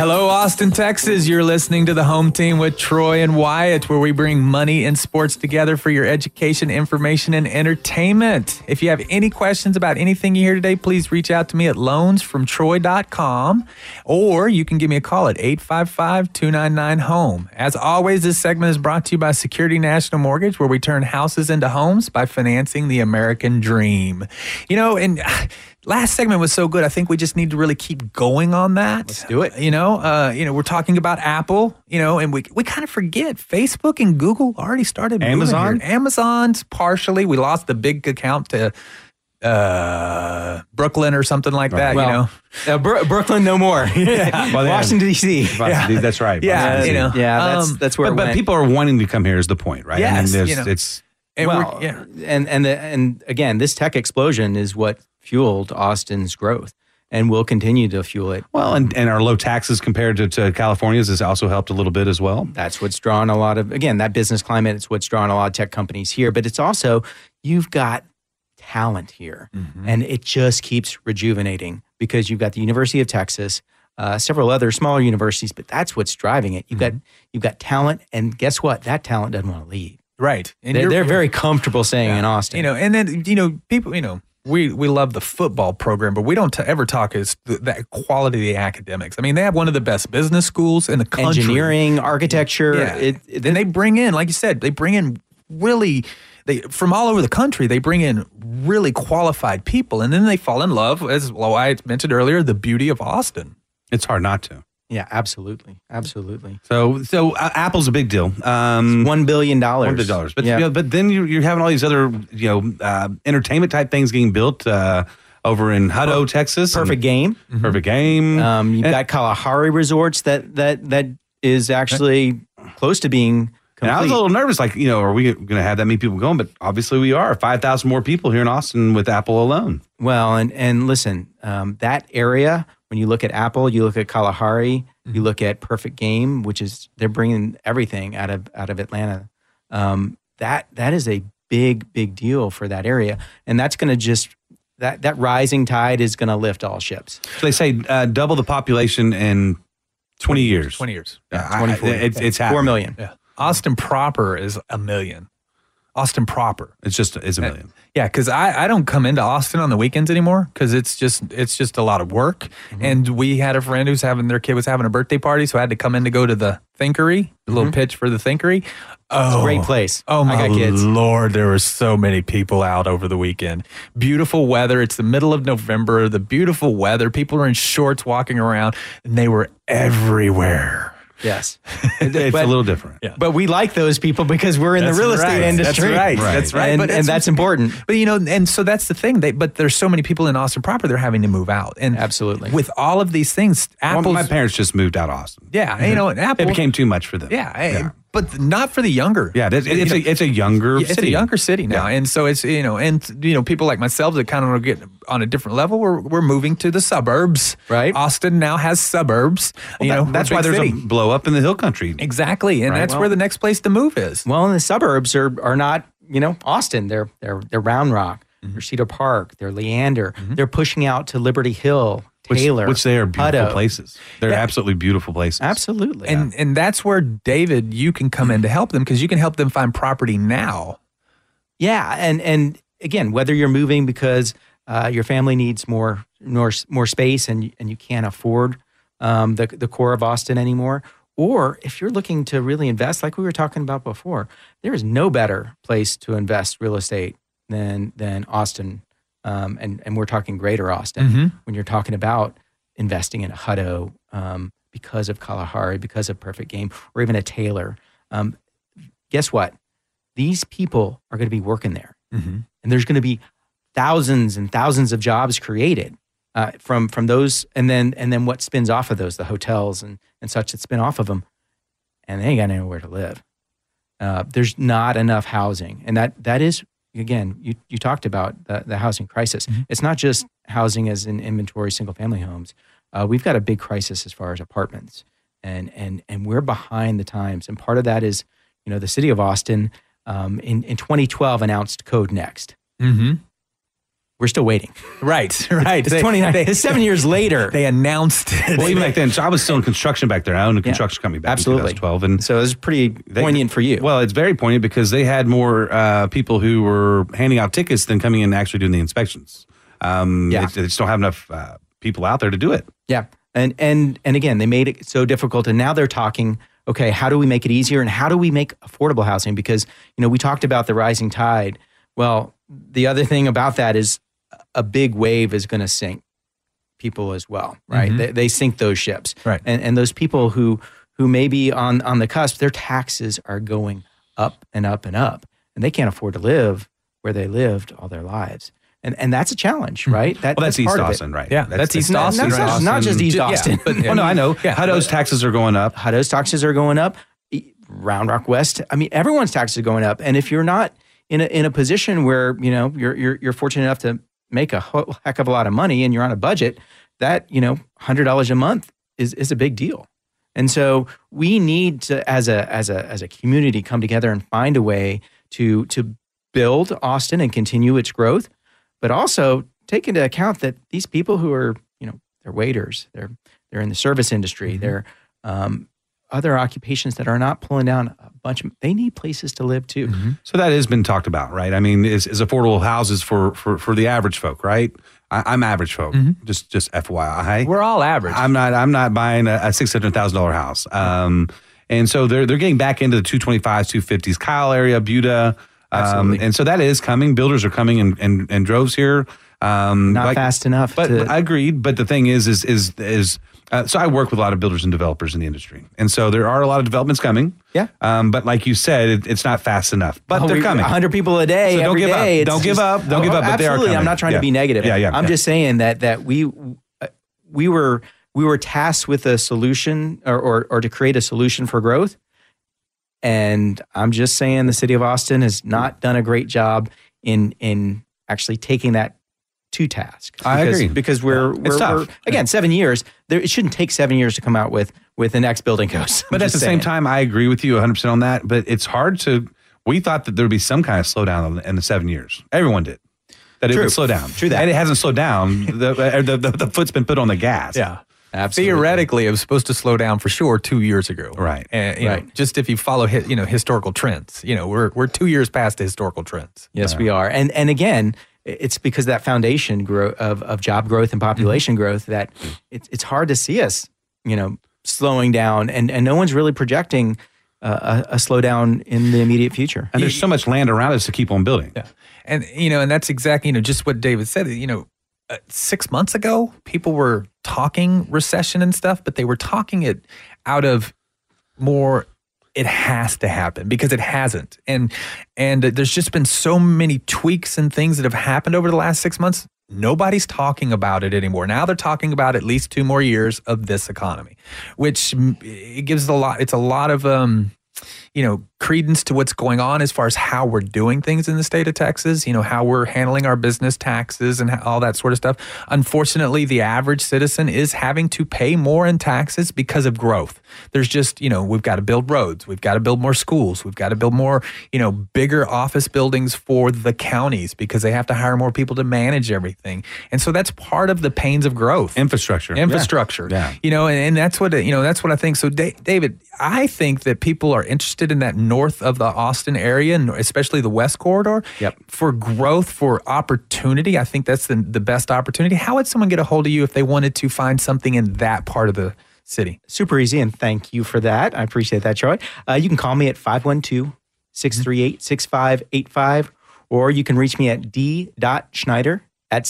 Speaker 1: Hello, Austin, Texas. You're listening to the home team with Troy and Wyatt, where we bring money and sports together for your education, information, and entertainment. If you have any questions about anything you hear today, please reach out to me at loansfromtroy.com or you can give me a call at 855 299 HOME. E. As always, this segment is brought to you by Security National Mortgage, where we turn houses into homes by financing the American dream. You know, and. Last segment was so good. I think we just need to really keep going on that. Let's
Speaker 2: do it.
Speaker 1: You know, uh, you know, we're talking about Apple. You know, and we we kind of forget Facebook and Google already started. moving
Speaker 3: Amazon?
Speaker 1: here. Amazon's partially. We lost the big account to uh, Brooklyn or something like that.
Speaker 2: Well,
Speaker 1: you know,
Speaker 2: Uh, Bro- Brooklyn, no more.
Speaker 3: Well, yeah.
Speaker 2: Washington D.C.
Speaker 3: That's right.
Speaker 1: Yeah,
Speaker 3: That's
Speaker 1: you
Speaker 3: it.
Speaker 1: know,
Speaker 2: yeah, that's- that's where
Speaker 3: But,
Speaker 2: it
Speaker 3: but
Speaker 2: went.
Speaker 3: people are wanting to come here is the point, right? I mean,
Speaker 1: Yes,
Speaker 3: there's,
Speaker 1: you know.
Speaker 3: it's
Speaker 1: And we're-
Speaker 2: well,
Speaker 1: yeah.
Speaker 2: and and the, and again, this tech explosion is what fueled Austin's growth and will continue to fuel it.
Speaker 3: Well, and, and our low taxes compared to, to California's has also helped a little bit as well.
Speaker 2: That's what's drawn a lot of again that business climate. It's what's drawn a lot of tech companies here, but it's also you've got talent here,
Speaker 1: Mm-hmm.
Speaker 2: and it just keeps rejuvenating because you've got the University of Texas, uh, several other smaller universities, but that's what's driving it. You've
Speaker 1: Mm-hmm.
Speaker 2: got you've got talent, and guess what? That talent doesn't want to leave.
Speaker 1: Right, and
Speaker 2: they're,
Speaker 1: you're-
Speaker 2: they're very comfortable saying in Austin.
Speaker 1: You know, and then you know people. You know, we we love the football program, but we don't t- ever talk is th- that quality of the academics. I mean, they have one of the best business schools in the country.
Speaker 2: Engineering, architecture.
Speaker 1: Yeah. then they bring in, like you said, they bring in really. They, from all over the country, they bring in really qualified people, and then they fall in love, as well, I mentioned earlier, the beauty of Austin.
Speaker 3: It's hard not to.
Speaker 2: Yeah, absolutely, absolutely.
Speaker 3: So, so uh, Apple's a big deal. Um,
Speaker 2: one billion dollars.
Speaker 3: One billion dollars. But
Speaker 2: Yeah.
Speaker 3: you know, but then you're, you're having all these other you know uh, entertainment type things getting built uh, over in Hutto, Texas.
Speaker 2: Perfect Game.
Speaker 3: Perfect
Speaker 1: Mm-hmm.
Speaker 3: Game.
Speaker 2: Um, you've got Kalahari Resorts that that that is actually close to being
Speaker 3: And
Speaker 2: complete.
Speaker 3: I was a little nervous, like you know, are we going to have that many people going? But obviously, we are. Five thousand more people here in Austin with Apple alone.
Speaker 2: well, and and listen, um, that area when you look at Apple, you look at Kalahari,
Speaker 3: Mm-hmm.
Speaker 2: you look at Perfect Game, which is they're bringing everything out of out of Atlanta. Um, that that is a big big deal for that area, and that's going to just that that rising tide is going to lift all ships.
Speaker 3: So they say uh, double the population in twenty years.
Speaker 1: Twenty years.
Speaker 3: Yeah, I- I- it's it's happening.
Speaker 2: four million.
Speaker 1: Yeah. Austin proper is a million. Austin proper.
Speaker 3: It's just it's a million.
Speaker 1: Yeah, because I, I don't come into Austin on the weekends anymore because it's just it's just a lot of work.
Speaker 2: Mm-hmm.
Speaker 1: And we had a friend who's having their kid was having a birthday party, so I had to come in to go to the Thinkery, a little pitch for the Thinkery. Oh,
Speaker 2: Mm-hmm. great place.
Speaker 1: Oh
Speaker 2: I
Speaker 1: my
Speaker 2: got kids.
Speaker 1: lord, there were so many people out over the weekend. Beautiful weather. It's the middle of November. The beautiful weather. People are in shorts walking around, and they were everywhere.
Speaker 2: Yes.
Speaker 3: It's a little different.
Speaker 2: But we like those people because we're in
Speaker 1: That's
Speaker 2: the real estate
Speaker 1: right.
Speaker 2: industry.
Speaker 1: That's right. That's right.
Speaker 2: And,
Speaker 1: But
Speaker 2: and
Speaker 1: it's-
Speaker 2: that's important.
Speaker 1: But you know, and so that's the thing. They, but there's so many people in Austin proper. They're having to move out, and
Speaker 2: absolutely
Speaker 1: with all of these things,
Speaker 3: Well,
Speaker 1: Apple.
Speaker 3: my parents just moved out of Austin.
Speaker 1: yeah, you know, and Apple
Speaker 3: It became too much for them.
Speaker 1: Yeah, eh, but not for the younger.
Speaker 3: Yeah, that's- it's, a it's a younger
Speaker 1: Yeah, it's
Speaker 3: city.
Speaker 1: a younger city now, and so it's you know, and you know, people like myself that kind of get on a different level. We're we're moving to the suburbs, right? Austin now has suburbs. you know,
Speaker 3: that's
Speaker 1: we're
Speaker 3: why
Speaker 1: big
Speaker 3: there's
Speaker 1: city.
Speaker 3: a blow up in the hill country.
Speaker 1: exactly, and
Speaker 3: Right.
Speaker 1: that's
Speaker 3: Well-
Speaker 1: where the next place to move is.
Speaker 2: Well, and the suburbs are are not, you know, Austin. They're they're they're Round Rock, they're Cedar Park, they're Leander. They're pushing out to Liberty Hill,
Speaker 3: Which,
Speaker 2: Taylor.
Speaker 3: which they are beautiful
Speaker 2: Hutto.
Speaker 3: places. They're absolutely beautiful places.
Speaker 2: Absolutely.
Speaker 1: And and that's where David, you can come in to help them because you can help them find property now.
Speaker 2: Yeah, and and again, whether you're moving because uh, your family needs more more more space and and you can't afford um, the the core of Austin anymore, or if you're looking to really invest, like we were talking about before, there is no better place to invest real estate than than Austin, um, and and we're talking Greater Austin
Speaker 1: Mhm.
Speaker 2: when you're talking about investing in a Hutto um, because of Kalahari, because of Perfect Game, or even a Taylor. Um, guess what? These people are going to be working there, and there's going to be thousands and thousands of jobs created uh, from from those, and then and then what spins off of those, the hotels and and such that spin off of them, and they ain't got anywhere to live. Uh, there's not enough housing, and that that is again you you talked about the, the housing crisis.
Speaker 1: Mm-hmm.
Speaker 2: It's not just housing as in inventory single family homes. Uh, we've got a big crisis as far as apartments, and and and we're behind the times. And part of that is you know the city of Austin um, in in 2012 announced Code Next.
Speaker 1: Mm-hmm.
Speaker 2: We're still waiting.
Speaker 1: Right, right.
Speaker 2: It's 29.
Speaker 1: They,
Speaker 2: it's seven years later.
Speaker 1: they announced it.
Speaker 3: Well, even back then, so I was still in construction back there. I owned a construction company back
Speaker 2: Absolutely.
Speaker 3: in 2012, and
Speaker 2: So it was pretty
Speaker 3: They-
Speaker 2: poignant for you.
Speaker 3: Well, it's very poignant because they had more uh, people who were handing out tickets than coming in and actually doing the inspections. Um,
Speaker 2: Yeah.
Speaker 3: they, they just don't have enough uh, people out there to do it.
Speaker 2: Yeah. And and and again, they made it so difficult and now they're talking, okay, how do we make it easier and how do we make affordable housing because, you know, we talked about the rising tide. Well, the other thing about that is a big wave is going to sink people as well, right?
Speaker 3: Mm-hmm.
Speaker 2: They, they sink those ships.
Speaker 1: Right.
Speaker 2: And and those people who who may be on on the cusp, their taxes are going up and up and up. And they can't afford to live where they lived all their lives. And and that's a challenge, right? That,
Speaker 3: Mm-hmm. Well, that's, East
Speaker 2: part of it.
Speaker 3: Austin, right?
Speaker 1: Yeah, that's East
Speaker 2: Not-
Speaker 1: Austin,
Speaker 2: Not,
Speaker 1: right?
Speaker 2: just- not just East
Speaker 1: Yeah,
Speaker 2: Austin.
Speaker 1: but-
Speaker 3: Well, no, I know.
Speaker 1: Yeah.
Speaker 3: Hutto's taxes are going up.
Speaker 2: e, Hutto's taxes are going up. Round Rock West. I mean, everyone's taxes are going up. And if you're not, in a, in a position where you know you're you're, you're fortunate enough to make a ho- heck of a lot of money and you're on a budget, that you know hundred dollars a month is is a big deal. And so we need to, as a as a as a community, come together and find a way to to build Austin and continue its growth, but also take into account that these people who are you know they're waiters, they're they're in the service industry, they're um, other occupations that are not pulling down a bunch of they need places to live too.
Speaker 3: So that has been talked about, right? I mean, is, is affordable houses for, for for the average folk, right? I, I'm average folk. Just just FYI,
Speaker 1: we're all average.
Speaker 3: I'm not I'm not buying a, a six hundred thousand dollar house. Um, and so they're they're getting back into the two twenty fives, two fifties, Kyle area, Buda. Um, and so that is coming. Builders are coming in, in, in droves here. Um,
Speaker 2: Not fast enough
Speaker 3: But,
Speaker 2: to-
Speaker 3: but I agreed. But the thing is, is is is uh, so I work with a lot of builders and developers in the industry, and so there are a lot of developments coming.
Speaker 2: Yeah.
Speaker 3: Um, but like you said, it, it's not fast enough. But
Speaker 2: Oh,
Speaker 3: they're
Speaker 2: we-
Speaker 3: coming.
Speaker 2: 100 people a day.
Speaker 3: So don't
Speaker 2: every
Speaker 3: give up.
Speaker 2: day. It's
Speaker 3: Don't give
Speaker 2: just-
Speaker 3: up. Don't give up, but they are
Speaker 2: absolutely. I'm
Speaker 3: coming.
Speaker 2: not trying
Speaker 3: Yeah.
Speaker 2: to be negative.
Speaker 3: Yeah, yeah,
Speaker 2: I'm
Speaker 3: yeah.
Speaker 2: just saying that that we uh, we were we were tasked with a solution or, or or to create a solution for growth. And I'm just saying the city of Austin has not done a great job in in actually taking that to task.
Speaker 3: I
Speaker 2: Because-
Speaker 3: agree.
Speaker 2: because we're,
Speaker 3: It's
Speaker 2: we're,
Speaker 3: tough.
Speaker 2: we're- again seven years. There, it shouldn't take seven years to come out with with the next building codes.
Speaker 3: But at the same time, I agree with you 100 percent on that. But it's hard to. We thought that there would be some kind of slowdown in the seven years. Everyone did. That it
Speaker 2: True.
Speaker 3: would slow down.
Speaker 2: True that.
Speaker 3: And it hasn't slowed down. the, uh, the, the, the foot's been put on the gas.
Speaker 1: Yeah. Theoretically, it was supposed to slow down for sure two years ago. Right. And, you know,
Speaker 2: Right.
Speaker 1: just if you follow, hi- you know, historical trends, you know, we're, we're two years past the historical trends.
Speaker 2: Yes, we are. And and again, it's because that foundation grow of of job growth and population growth that it's it's hard to see us, you know, slowing down, and and no one's really projecting uh, a, a slowdown in the immediate future.
Speaker 3: And there's so much land around us to keep on building.
Speaker 1: Yeah. And, you know, and that's exactly, you know, just what David said, you know, uh, six months ago, people were talking recession and stuff, but they were talking it out of more it has to happen because it hasn't and and there's just been so many tweaks and things that have happened over the last six months nobody's talking about it anymore now they're talking about at least two more years of this economy which mm, it gives a lot it's a lot of um you know credence to what's going on as far as how we're doing things in the state of texas you know how we're handling our business taxes and ho- all that sort of stuff unfortunately the average citizen is having to pay more in taxes because of growth there's just you know we've got to build roads we've got to build more schools we've got to build more you know bigger office buildings for the counties because they have to hire more people to manage everything and so that's part of the pains of growth
Speaker 3: infrastructure
Speaker 1: infrastructure
Speaker 3: Yeah.
Speaker 1: you know and, and that's what you know that's what i think so da- david i think that people are interested in that north of the austin area and especially the west corridor
Speaker 2: Yep.
Speaker 1: for growth for opportunity i think that's the, the best opportunity how would someone get a hold of you if they wanted to find something in that part of the city
Speaker 2: Super easy, and thank you for that. I appreciate that, Troy. Uh, you can call me at 512 638 6585, or you can reach me at d.schneider at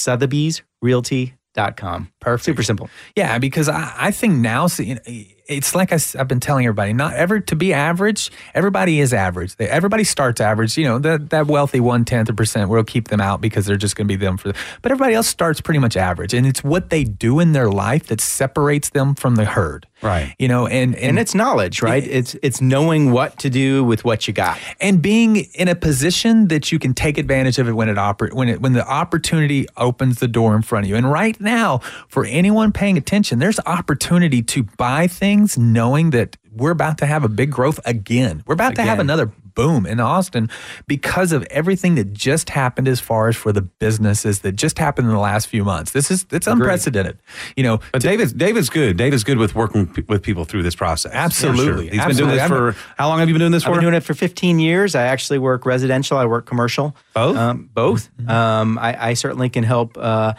Speaker 2: sotheby'srealty.com. Perfect. Super simple.
Speaker 1: Yeah, because I, I think now so, you know, it's like I, have been telling everybody not ever to be average. Everybody is average. They, everybody starts average. You know that that wealthy one tenth of percent will keep them out because they're just going to be them for. But everybody else starts pretty much average, and it's what they do in their life that separates them from the herd.
Speaker 3: Right.
Speaker 1: You know, and and,
Speaker 2: and it's knowledge, right? It's it's knowing what to do with what you got.
Speaker 1: and being in a position that you can take advantage of it when it oper- when it when the opportunity opens the door in front of you. And right now, for anyone paying attention, there's opportunity to buy things knowing that we're about to have a big growth again. We're about to have
Speaker 2: Again.
Speaker 1: another boom in Austin because of everything that just happened as far as for the businesses that just happened in the last few months. This is it's unprecedented. You know,
Speaker 3: But David's David's good. David's good with working pe- with people through this process.
Speaker 1: Absolutely.
Speaker 3: He's been doing
Speaker 1: Absolutely.
Speaker 3: this for how long have you been doing this
Speaker 2: I've
Speaker 3: for?
Speaker 2: been doing it for 15 years. I actually work residential. I work commercial.
Speaker 3: Both?
Speaker 2: Um, both.
Speaker 3: Mm-hmm.
Speaker 2: Um, I, I certainly can help. Uh,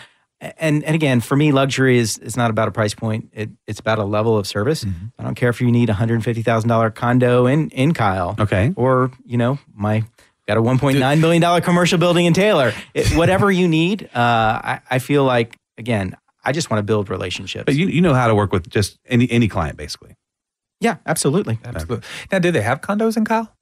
Speaker 2: and and again, for me, luxury is is not about a price point. It, it's about a level of service.
Speaker 3: Mm-hmm.
Speaker 2: I don't care if you need a hundred fifty thousand dollar condo in in Kyle.
Speaker 3: Okay.
Speaker 2: Or you know my. Got a one point nine million dollar commercial building in Taylor. It- whatever you need, uh, I, I feel like again, I just want to build relationships.
Speaker 3: But you, you know how to work with just any any client basically.
Speaker 2: yeah, absolutely.
Speaker 1: absolutely. Now, do they have condos in Kyle?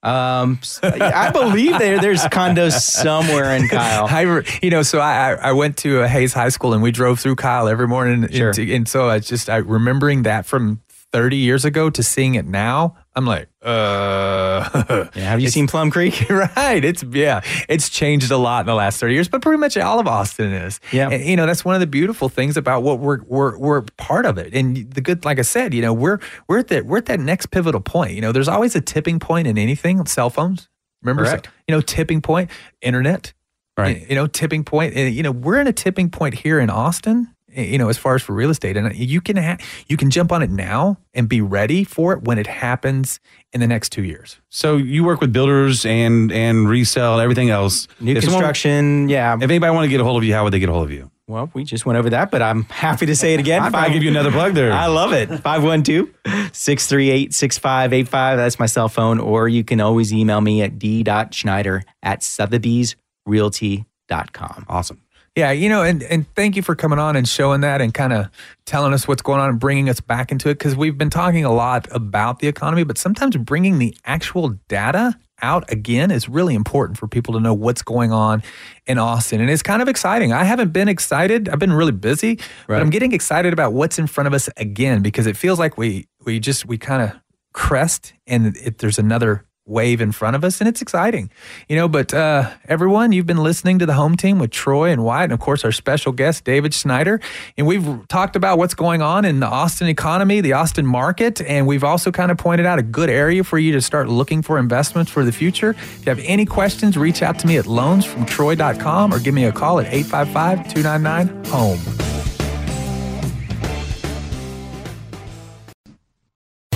Speaker 2: Um, s- I believe there there's condos somewhere in Kyle.
Speaker 1: I, re- you know, so I, I I went to a Hayes High School and we drove through Kyle every morning.
Speaker 2: Sure.
Speaker 1: Into, and so I just, I remembering that from 30 years ago to seeing it now, I'm like, uh,
Speaker 2: have you seen Plum Creek?
Speaker 1: right. It's yeah. It's changed a lot in the last 30 years, but pretty much all of Austin is.
Speaker 2: Yeah.
Speaker 1: And, you know, that's one of the beautiful things about what we're we're we're part of it. And the good, like I said, you know, we're we're at that we're at that next pivotal point. You know, there's always a tipping point in anything. Cell phones, remember?
Speaker 3: Correct.
Speaker 1: So, you know, tipping point, internet,
Speaker 3: Right.
Speaker 1: You know, tipping point. And, you know, we're in a tipping point here in Austin. You know, as far as for real estate, and you can ha- you can jump on it now and be ready for it when it happens in the next two years.
Speaker 3: So you work with builders and and resell and everything else.
Speaker 2: New
Speaker 3: someone-
Speaker 2: construction, yeah.
Speaker 3: If anybody want to get a hold of you, how would they get a hold of you?
Speaker 2: Well, we just went over that, but I'm happy to say it again.
Speaker 3: I might give you another plug there.
Speaker 2: I love it. 512 638 6585. That's my cell phone. Or you can always email me at d.schneider at sotheby'srealty.com.
Speaker 3: Awesome.
Speaker 1: Yeah, you know, and and thank you for coming on and showing that and kind of telling us what's going on and bringing us back into it because we've been talking a lot about the economy, but sometimes bringing the actual data out again is really important for people to know what's going on in Austin. And it's kind of exciting. I haven't been excited. I've been really busy, but I'm getting excited about what's in front of us again because it feels like we we just we kind of crest and it, there's another wave in front of us and it's exciting you know but uh, everyone you've been listening to the home team with troy and white and of course our special guest david schneider and we've talked about what's going on in the austin economy the austin market and we've also kind of pointed out a good area for you to start looking for investments for the future if you have any questions reach out to me at loansfromtroy.com or give me a call at 855-299-home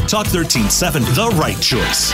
Speaker 5: Talk 1370, the right choice.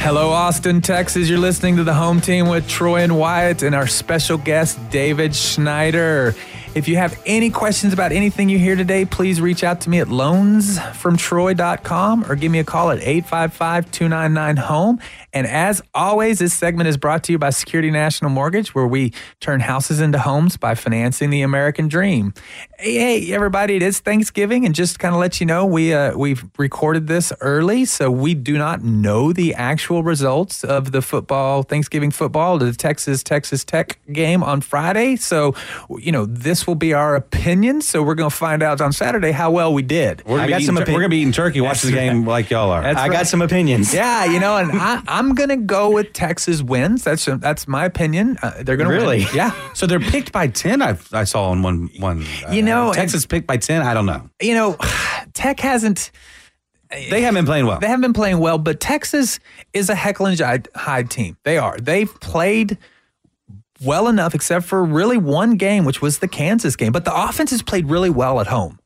Speaker 1: Hello, Austin, Texas. You're listening to the home team with Troy and Wyatt and our special guest, David Schneider. If you have any questions about anything you hear today, please reach out to me at loansfromtroy.com or give me a call at 855 299 home. E. And as always, this segment is brought to you by Security National Mortgage, where we turn houses into homes by financing the American dream. Hey, hey everybody, it is Thanksgiving, and just to kind of let you know, we uh, we've recorded this early, so we do not know the actual results of the football Thanksgiving football, the Texas Texas Tech game on Friday. So, you know, this will be our opinion. So we're going to find out on Saturday how well we did.
Speaker 3: We're gonna, be, eating, tur- we're gonna be eating turkey, watching the game like y'all are.
Speaker 1: That's
Speaker 2: I
Speaker 1: right.
Speaker 2: got some opinions.
Speaker 1: Yeah, you know, and I, I'm gonna go with Texas wins. That's that's my opinion. Uh, they're gonna win.
Speaker 2: Really?
Speaker 1: yeah.
Speaker 3: So they're picked by ten. I I saw on one one. uh,
Speaker 1: You know,
Speaker 3: Texas picked by ten. I don't know.
Speaker 1: You know, Tech hasn't.
Speaker 3: They haven't been playing well.
Speaker 1: They haven't been playing well, but Texas is a heckling Hyde team. They are. They've played well enough, except for really one game, which was the Kansas game. But the offense has played really well at home.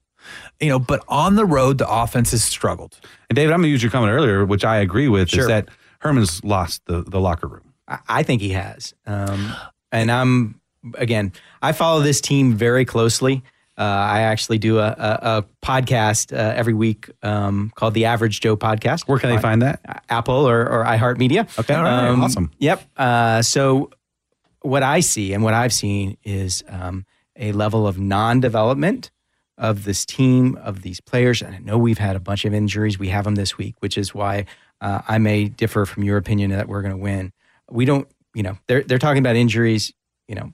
Speaker 1: You know, but on the road, the offense has struggled.
Speaker 3: And David, I'm gonna use your comment earlier, which I agree with,
Speaker 2: Sure.
Speaker 3: is that Herman's lost the, the locker room.
Speaker 2: I- I think he has. Um, and I'm again, I follow this team very closely. Uh, I actually do a, a, a podcast uh, every week um, called the Average Joe Podcast.
Speaker 3: Where can they find that?
Speaker 2: uh, Apple or, or iHeartMedia. Um,
Speaker 3: Okay, all right, awesome.
Speaker 2: Yep. Uh, so, what I see and what I've seen is um, a level of non development of this team, of these players. And I know we've had a bunch of injuries. We have them this week, which is why uh, I may differ from your opinion that we're going to win. We don't, you know, they're, they're talking about injuries. You know,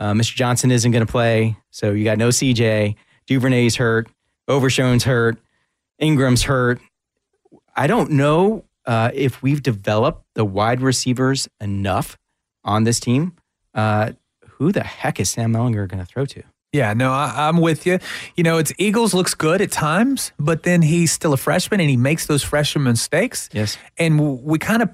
Speaker 2: uh, Mr. Johnson isn't going to play. So, you got no CJ. Duvernay's hurt. Overshone's hurt. Ingram's hurt. I don't know uh, if we've developed the wide receivers enough on this team. Uh, who the heck is Sam Ellinger going to throw to?
Speaker 1: Yeah, no, I, I'm with you. You know, it's Eagles looks good at times, but then he's still a freshman and he makes those freshman mistakes.
Speaker 2: Yes.
Speaker 1: And w- we kind of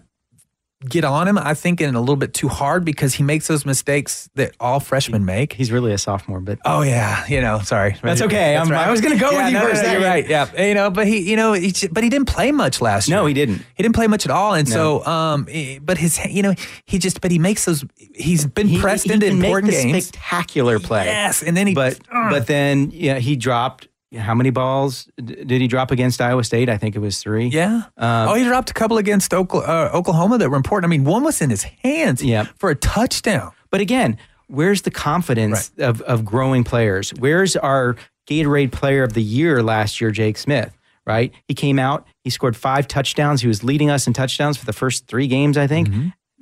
Speaker 1: get on him, I think, in a little bit too hard because he makes those mistakes that all freshmen make.
Speaker 2: He's really a sophomore, but
Speaker 1: Oh yeah, you know. Sorry,
Speaker 2: That's okay. I'm- I was gonna go
Speaker 1: Yeah,
Speaker 2: with you
Speaker 1: no,
Speaker 2: for
Speaker 1: no,
Speaker 2: a
Speaker 1: no,
Speaker 2: second.
Speaker 1: You're right. Yeah, you know, but he, you know, he, j- but he didn't play much last year.
Speaker 2: No, he didn't.
Speaker 1: He didn't play much at all, and so, um, eh, but his, you know, he just, but he makes those. He's been
Speaker 2: he,
Speaker 1: pressed
Speaker 2: he
Speaker 1: into
Speaker 2: can
Speaker 1: important
Speaker 2: make the
Speaker 1: games.
Speaker 2: Spectacular play.
Speaker 1: Yes, and then he, uh,
Speaker 2: But
Speaker 1: Ugh.
Speaker 2: but then yeah, he dropped. How many balls d- did he drop against Iowa State? I think it was three.
Speaker 1: Yeah.
Speaker 2: um,
Speaker 1: oh, he dropped a couple against Oklahoma, uh, Oklahoma that were important. I mean, one was in his hands
Speaker 2: Yeah.
Speaker 1: for a touchdown.
Speaker 2: But again, where's the confidence of, of growing players? Where's our Gatorade player of the year last year, Jake Smith? Right? He came out, he scored five touchdowns. He was leading us in touchdowns for the first three games, I think.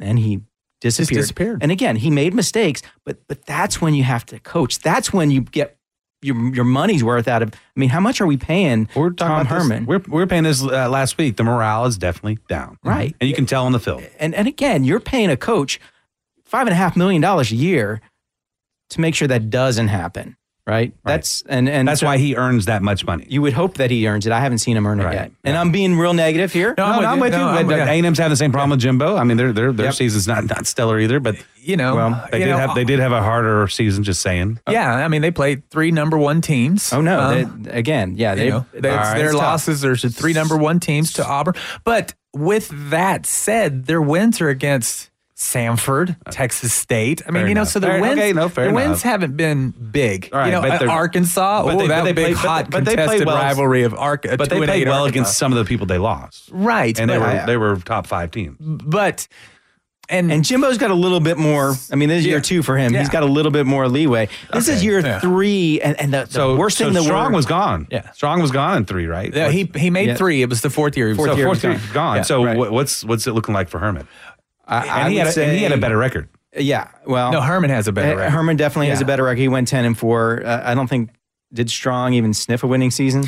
Speaker 2: And he disappeared.
Speaker 1: disappeared.
Speaker 2: And again, he made mistakes, but but that's when you have to coach. That's when you get your your money's worth out of. I mean, how much are we paying we're Tom
Speaker 3: about this-
Speaker 2: Herman?
Speaker 3: We're, we're paying this uh, last week. The morale is definitely down.
Speaker 2: Right.
Speaker 3: And you can tell on the film.
Speaker 2: and and again, you're paying a coach five and a half million dollars a year to make sure that doesn't happen. Right. That's and and
Speaker 3: That's
Speaker 2: so
Speaker 3: why he earns that much money.
Speaker 2: You would hope that he earns it. I haven't seen him earn it yet. And I'm being real negative here.
Speaker 3: No, no, I'm with you. but uh, A&M's having the same problem with Jimbo. I mean, their their their season's not not stellar either. But
Speaker 1: you know,
Speaker 3: well, they
Speaker 1: you
Speaker 3: did
Speaker 1: know, uh,
Speaker 3: have they did have a harder season. Just saying.
Speaker 1: Yeah, I mean they played three number one teams. Um,
Speaker 2: Oh no, they- again, yeah, they-
Speaker 1: that's
Speaker 2: All right,
Speaker 1: their
Speaker 2: it's tough.
Speaker 1: losses are to three number one teams to Auburn. But with that said, their wins are against Samford, Texas State. I mean,
Speaker 3: Uh, Fair
Speaker 1: you know,
Speaker 3: enough.
Speaker 1: so their
Speaker 3: Fair-
Speaker 1: wins,
Speaker 3: okay, no, fair
Speaker 1: their
Speaker 3: enough.
Speaker 1: wins haven't been big.
Speaker 3: All right,
Speaker 1: you know,
Speaker 3: but
Speaker 1: uh,
Speaker 3: they're-
Speaker 1: Arkansas,
Speaker 3: but
Speaker 1: oh,
Speaker 3: they- but
Speaker 1: that
Speaker 3: they
Speaker 1: big
Speaker 3: played- but-
Speaker 1: hot
Speaker 3: but they played
Speaker 1: contested
Speaker 3: well.
Speaker 1: rivalry of Arkansas.
Speaker 3: But they played well against some of the people they lost.
Speaker 1: right,
Speaker 3: And they
Speaker 1: but-
Speaker 3: were they were top five teams.
Speaker 1: but and
Speaker 2: and Jimbo's got a little bit more. I mean, this is year two for him. He's got a little bit more leeway. This is year three, and, and the, the
Speaker 3: So
Speaker 2: worst
Speaker 3: so
Speaker 2: thing the
Speaker 3: Strong
Speaker 2: word-
Speaker 3: was gone.
Speaker 1: Yeah.
Speaker 3: Strong was gone in three, right?
Speaker 1: Yeah, he he made
Speaker 3: Yeah.
Speaker 1: three. It was the fourth year. he was-
Speaker 3: so
Speaker 1: he
Speaker 3: fourth
Speaker 1: was
Speaker 3: year gone.
Speaker 1: Yeah.
Speaker 3: So what, what's what's it looking like for Herman?
Speaker 2: I
Speaker 3: and, he
Speaker 2: would
Speaker 3: had a, and he had a
Speaker 2: say-
Speaker 3: better record.
Speaker 2: Yeah. Well,
Speaker 1: No, Herman has a
Speaker 3: Eh,
Speaker 1: better
Speaker 2: Uh,
Speaker 1: record.
Speaker 2: Herman definitely has a
Speaker 1: Yeah.
Speaker 2: better record. He went ten and four. Uh, I don't think did Strong even sniff a winning season.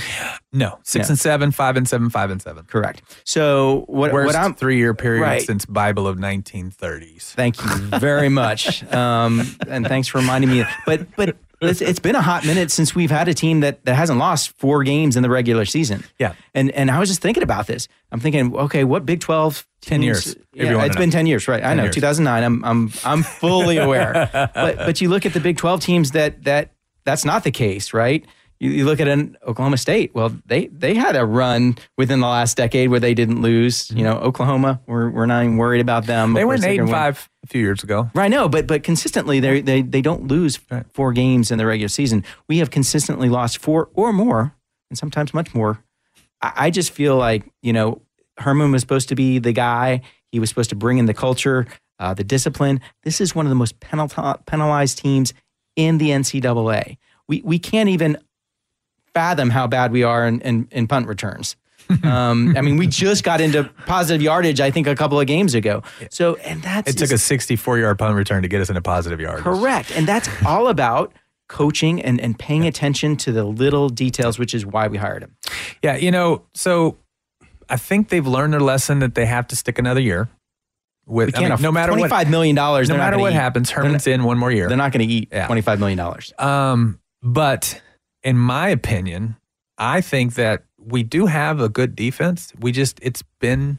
Speaker 1: No, six
Speaker 2: Yeah.
Speaker 1: and seven, five and seven, five and seven.
Speaker 2: Correct. So what?
Speaker 1: Worst
Speaker 2: what I'm
Speaker 1: three year period
Speaker 2: Right.
Speaker 1: since Bible of 1930s.
Speaker 2: Thank you very much, um, and thanks for reminding me. But but it's, it's been a hot minute since we've had a team that that hasn't lost four games in the regular season.
Speaker 1: Yeah.
Speaker 2: and and I was just thinking about this. I'm thinking, okay, what Big Twelve?
Speaker 1: 10
Speaker 2: teams-
Speaker 1: years, if you
Speaker 2: Yeah,
Speaker 1: wanna
Speaker 2: it's
Speaker 1: know.
Speaker 2: been ten years, right? I
Speaker 1: 10
Speaker 2: know,
Speaker 1: years.
Speaker 2: 2009. I'm I'm I'm fully aware. but but you look at the Big Twelve teams that that that's not the case, right? You, you look at an Oklahoma State. Well, they they had a run within the last decade where they didn't lose. You know, Oklahoma. We're we're not even worried about them.
Speaker 1: They
Speaker 2: Of
Speaker 1: went
Speaker 2: course, they're
Speaker 1: eight and
Speaker 2: gonna win.
Speaker 1: five a few years ago.
Speaker 2: Right, no, but but consistently they they they don't lose four games in the regular season. We have consistently lost four or more, and sometimes much more. I, I just feel like you know Herman was supposed to be the guy. He was supposed to bring in the culture, uh, the discipline. This is one of the most penal- penalized teams in the NCAA. We we can't even fathom how bad we are in in, in punt returns. um, I mean, we just got into positive yardage. I think a couple of games ago. So, and that's
Speaker 1: It took
Speaker 2: just-
Speaker 1: a 64 yard punt return to get us in a positive yard.
Speaker 2: Correct. And that's all about coaching and, and paying attention to the little details, which is why we hired him.
Speaker 1: Yeah, you know, so I think they've learned their lesson that they have to stick another year. With
Speaker 2: We
Speaker 1: I mean,
Speaker 2: can't
Speaker 1: no matter what,
Speaker 2: $25 million. No
Speaker 1: no matter what happens, Herman's in one more year.
Speaker 2: They're not going to eat
Speaker 1: Yeah.
Speaker 2: $25 million.
Speaker 1: Um, but in my opinion, I think that we do have a good defense. We just it's been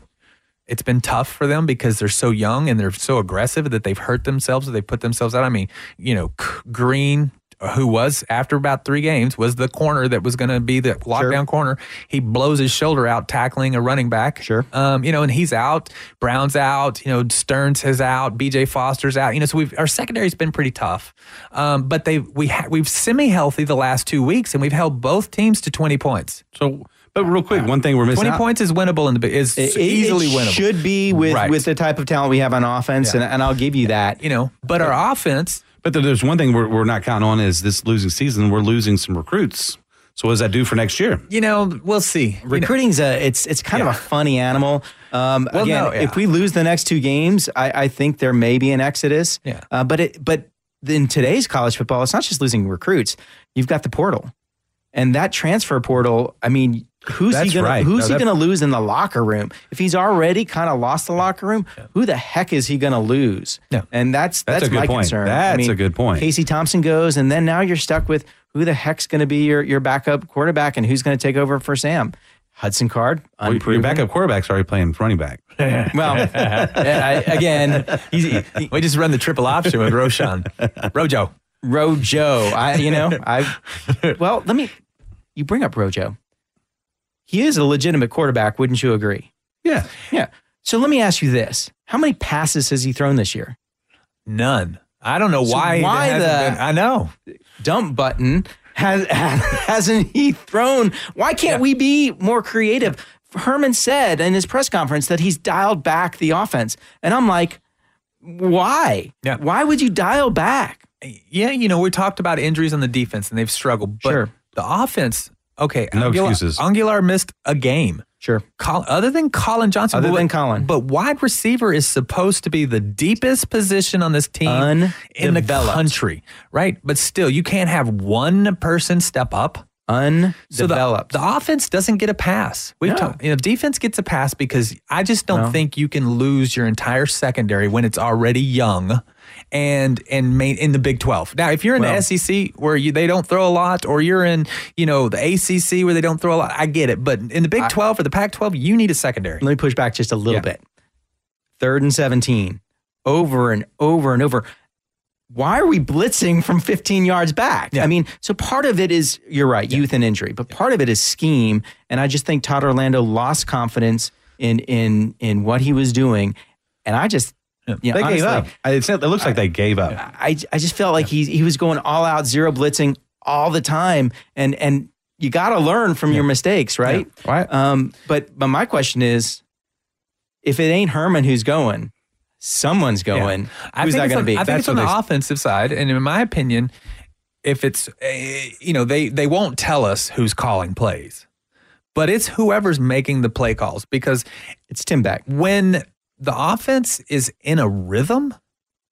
Speaker 1: it's been tough for them because they're so young and they're so aggressive that they've hurt themselves or they put themselves out. I mean, you know, K- Green, who was after about three games, was the corner that was going to be the lockdown corner. He blows his shoulder out tackling a running back.
Speaker 2: Sure.
Speaker 1: Um, you know, and he's out. Brown's out. You know, Stearns is out. B.J. Foster's out. You know, so we've our secondary's been pretty tough, um, but they we ha- we've semi healthy the last two weeks, and we've held both teams to twenty points.
Speaker 3: So, but real quick, one thing we're missing.
Speaker 1: Twenty
Speaker 3: out-
Speaker 1: points is winnable in the big- is
Speaker 2: It, it-
Speaker 1: easily
Speaker 2: it
Speaker 1: winnable.
Speaker 2: should be with,
Speaker 1: Right.
Speaker 2: with the type of talent we have on offense, and, and I'll give you that.
Speaker 1: you know, but our offense.
Speaker 3: But there- there's one thing we're, we're not counting on is this losing season. We're losing some recruits. So what does that do for next year?
Speaker 1: You know, we'll see. You know,
Speaker 2: Recruiting's a it's it's kind of a funny animal. Um,
Speaker 1: Well,
Speaker 2: again,
Speaker 1: no, yeah.
Speaker 2: if we lose the next two games, I, I think there may be an exodus.
Speaker 1: Yeah.
Speaker 2: Uh, but it but in today's college football, it's not just losing recruits. You've got the portal, and that transfer portal. I mean, who's
Speaker 3: That's
Speaker 2: he gonna
Speaker 3: right. No,
Speaker 2: who's
Speaker 3: that-
Speaker 2: he gonna lose in the locker room? If he's already kind of lost the locker room, who the heck is he gonna lose?
Speaker 1: Yeah.
Speaker 2: And that's
Speaker 3: That's
Speaker 2: that's,
Speaker 3: a good
Speaker 2: my
Speaker 3: point.
Speaker 2: concern.
Speaker 3: That's a good point.
Speaker 2: Casey Thompson goes, and then now you're stuck with who the heck's going to be your your backup quarterback and who's going to take over for Sam Hudson Card.
Speaker 3: Well, your
Speaker 2: unproven.
Speaker 3: backup quarterback's already playing running back.
Speaker 2: Well, I- again, he's he,
Speaker 1: we just run the triple option with Roshan, Rojo.
Speaker 2: Rojo. I you know I well let me you bring up Rojo. He is a legitimate quarterback, wouldn't you agree?
Speaker 3: Yeah.
Speaker 2: Yeah. So let me ask you this: How many passes has he thrown this year?
Speaker 1: None. I don't know
Speaker 2: So
Speaker 1: why.
Speaker 2: why
Speaker 1: it hasn't
Speaker 2: the-
Speaker 1: been- I know.
Speaker 2: dump button has, hasn't he thrown why can't we be more creative herman said in his press conference that he's dialed back the offense and i'm like why
Speaker 1: Yeah.
Speaker 2: why would you dial back
Speaker 1: yeah, you know, we talked about injuries on the defense and they've struggled, but
Speaker 2: Sure.
Speaker 1: the offense, Okay,
Speaker 3: No
Speaker 1: Angular-
Speaker 3: excuses.
Speaker 1: Angular missed a game.
Speaker 2: Sure.
Speaker 1: Col- other than Colin Johnson,
Speaker 2: Other
Speaker 1: but-
Speaker 2: than Colin.
Speaker 1: but wide receiver is supposed to be the deepest position on this team in the
Speaker 2: Undeveloped.
Speaker 1: country, right? But still, you can't have one person step up.
Speaker 2: Undeveloped.
Speaker 1: So the, the offense doesn't get a pass. We've
Speaker 2: No.
Speaker 1: talked, you know, defense gets a pass because I just don't
Speaker 2: No.
Speaker 1: think you can lose your entire secondary when it's already young. And and main in the Big Twelve. Now, if you're in
Speaker 2: Well-
Speaker 1: the SEC where you they don't throw a lot, or you're in you know the ACC where they don't throw a lot, I get it. But in the Big Twelve or the Pac Twelve, you need a secondary.
Speaker 2: Let me push back just a little bit. Third and 17, over and over and over. Why are we blitzing from 15 yards back? I mean, so part of it is, you're right, youth and injury, but part of it is scheme. And I just think Todd Orlando lost confidence in in in what he was doing. And I just, you know,
Speaker 3: they
Speaker 2: honestly,
Speaker 3: gave up. It's, it looks like they gave up.
Speaker 2: I, I just felt like he he was going all out zero blitzing all the time and and you got to learn from your mistakes right
Speaker 3: right
Speaker 2: um but but my question is if it ain't Herman who's going someone's going
Speaker 1: I
Speaker 2: who's
Speaker 1: think
Speaker 2: that
Speaker 1: it's
Speaker 2: going to
Speaker 1: on-
Speaker 2: be
Speaker 1: I think
Speaker 2: That's
Speaker 1: it's on
Speaker 2: what
Speaker 1: the
Speaker 2: they-
Speaker 1: offensive side, and in my opinion, if it's eh, you know they they won't tell us who's calling plays, but it's whoever's making the play calls because
Speaker 2: it's Tim Beck
Speaker 1: when the offense is in a rhythm.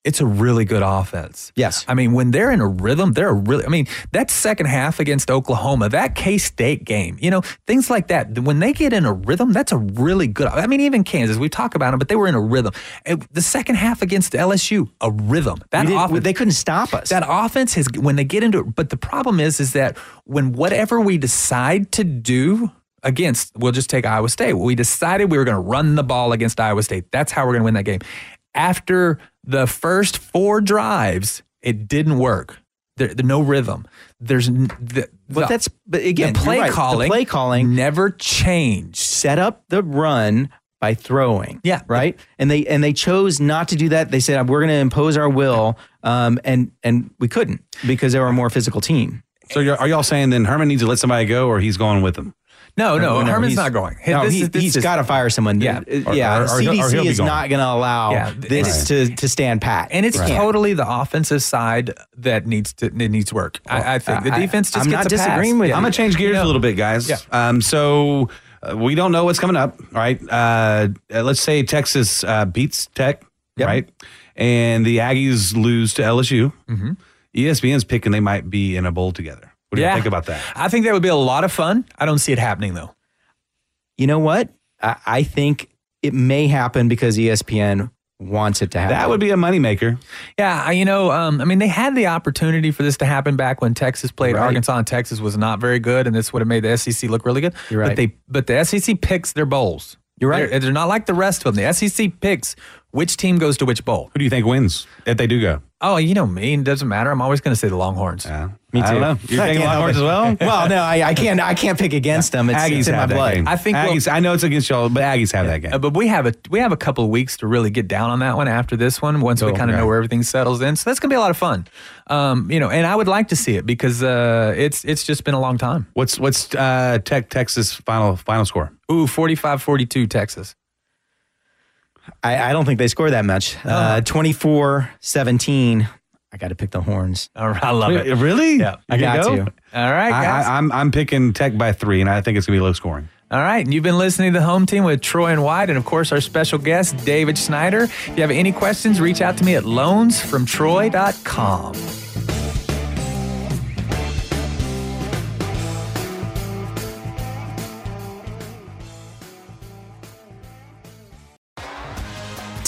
Speaker 1: It's a really good offense.
Speaker 2: Yes.
Speaker 1: I mean, when they're in a rhythm, they're a really, I mean, that second half against Oklahoma, that K State game, you know, things like that. When they get in a rhythm, that's a really good, I mean, even Kansas, we talk about them, but they were in a rhythm. And the second half against LSU, a rhythm.
Speaker 2: We
Speaker 1: That
Speaker 2: didn't-
Speaker 1: offense,
Speaker 2: they couldn't stop us
Speaker 1: that offense has, when they get into it, but the problem is, is that when whatever we decide to do, Against, we'll just take Iowa State. We decided we were going to run the ball against Iowa State. That's how we're going to win that game. After the first four drives, it didn't work. There, there no rhythm. There's n- the, the-
Speaker 2: But that's- but again,
Speaker 1: the play
Speaker 2: you're right. The
Speaker 1: calling,
Speaker 2: play calling-
Speaker 1: never changed.
Speaker 2: set up the run by throwing.
Speaker 1: Yeah.
Speaker 2: Right. And they and they chose not to do that. They said we're going to impose our will, um, and and we couldn't because they were a more physical team.
Speaker 3: So you're, are y'all saying then Herman needs to let somebody go, or he's going with them?
Speaker 1: No, no,
Speaker 2: Whenever
Speaker 1: Herman's
Speaker 2: he's-
Speaker 1: not going.
Speaker 2: No,
Speaker 1: This
Speaker 2: he,
Speaker 1: is- this
Speaker 2: has
Speaker 1: is-
Speaker 2: got to fire someone.
Speaker 1: Yeah.
Speaker 2: Uh,
Speaker 3: Or-
Speaker 2: yeah.
Speaker 3: or- or he'll- or
Speaker 2: CDC
Speaker 3: he'll be
Speaker 2: is
Speaker 3: gone.
Speaker 2: not going to allow
Speaker 1: Yeah.
Speaker 2: this to, to stand pat.
Speaker 1: And it's
Speaker 2: Right.
Speaker 1: totally the offensive side that needs to that needs work. I, I think the
Speaker 2: I-
Speaker 1: defense just gets
Speaker 2: I'm not
Speaker 1: a pass.
Speaker 2: disagreeing with
Speaker 1: Yeah.
Speaker 2: you.
Speaker 3: I'm gonna change gears
Speaker 1: You know-
Speaker 3: a little bit, guys. Um, so uh, we don't know what's coming up, right? Uh, uh, let's say Texas uh, beats Tech, right? And the Aggies lose to LSU.
Speaker 2: Mm-hmm.
Speaker 3: ESPN's picking they might be in a bowl together. What do
Speaker 1: Yeah.
Speaker 3: you think about that?
Speaker 1: I think that would be a lot of fun. I don't see it happening though.
Speaker 2: You know what? I, I think it may happen because E ESPN wants it to happen.
Speaker 3: That would be a moneymaker.
Speaker 1: Yeah, I- you know, um, I mean, they had the opportunity for this to happen back when Texas played
Speaker 3: Right.
Speaker 1: Arkansas, and Texas was not very good, and this would have made the SEC look really good.
Speaker 2: You're right.
Speaker 1: But they, but the SEC picks their bowls. You're
Speaker 2: right.
Speaker 1: They're, they're not like the rest of them. The SEC picks which team goes to which bowl.
Speaker 3: Who do you think wins if they do go?
Speaker 1: Oh, you know me. It doesn't matter. I'm always going to say the Longhorns.
Speaker 3: Yeah.
Speaker 2: Me
Speaker 3: I
Speaker 2: too.
Speaker 3: don't know. You're
Speaker 2: I
Speaker 3: taking
Speaker 2: can't help
Speaker 3: Longhorns as well.
Speaker 2: it. well, no, I, I can't. I can't pick against them. It's,
Speaker 3: Aggies
Speaker 2: it's in my
Speaker 3: have that
Speaker 2: blood.
Speaker 3: game.
Speaker 1: I think we'll-
Speaker 3: Aggies. I know it's against y'all, but Aggies have that game.
Speaker 1: Uh, but we have a we have a couple of weeks to really get down on that one after this one. Once we
Speaker 3: Cool.
Speaker 1: kind of
Speaker 3: Oh, Okay.
Speaker 1: know where everything settles in, so that's gonna be a lot of fun. Um, you know, and I would like to see it because uh, it's it's just been a long time.
Speaker 3: What's what's uh, Tech Texas final final score?
Speaker 1: Ooh, 45-42 Texas.
Speaker 2: I, I don't think they score that much.
Speaker 3: Oh.
Speaker 2: Uh, 24 17. I got to pick the horns.
Speaker 1: All right, I love it.
Speaker 3: Really?
Speaker 1: Yeah.
Speaker 2: I
Speaker 3: You
Speaker 2: got
Speaker 3: go?
Speaker 2: to.
Speaker 1: All right,
Speaker 3: I,
Speaker 1: guys.
Speaker 3: I, I'm I'm picking Tech by three, and I think it's gonna be low scoring.
Speaker 1: All right, and you've been listening to the Home Team with Troy and White, and of course our special guest David Schneider. If you have any questions, reach out to me at loansfromtroy.com.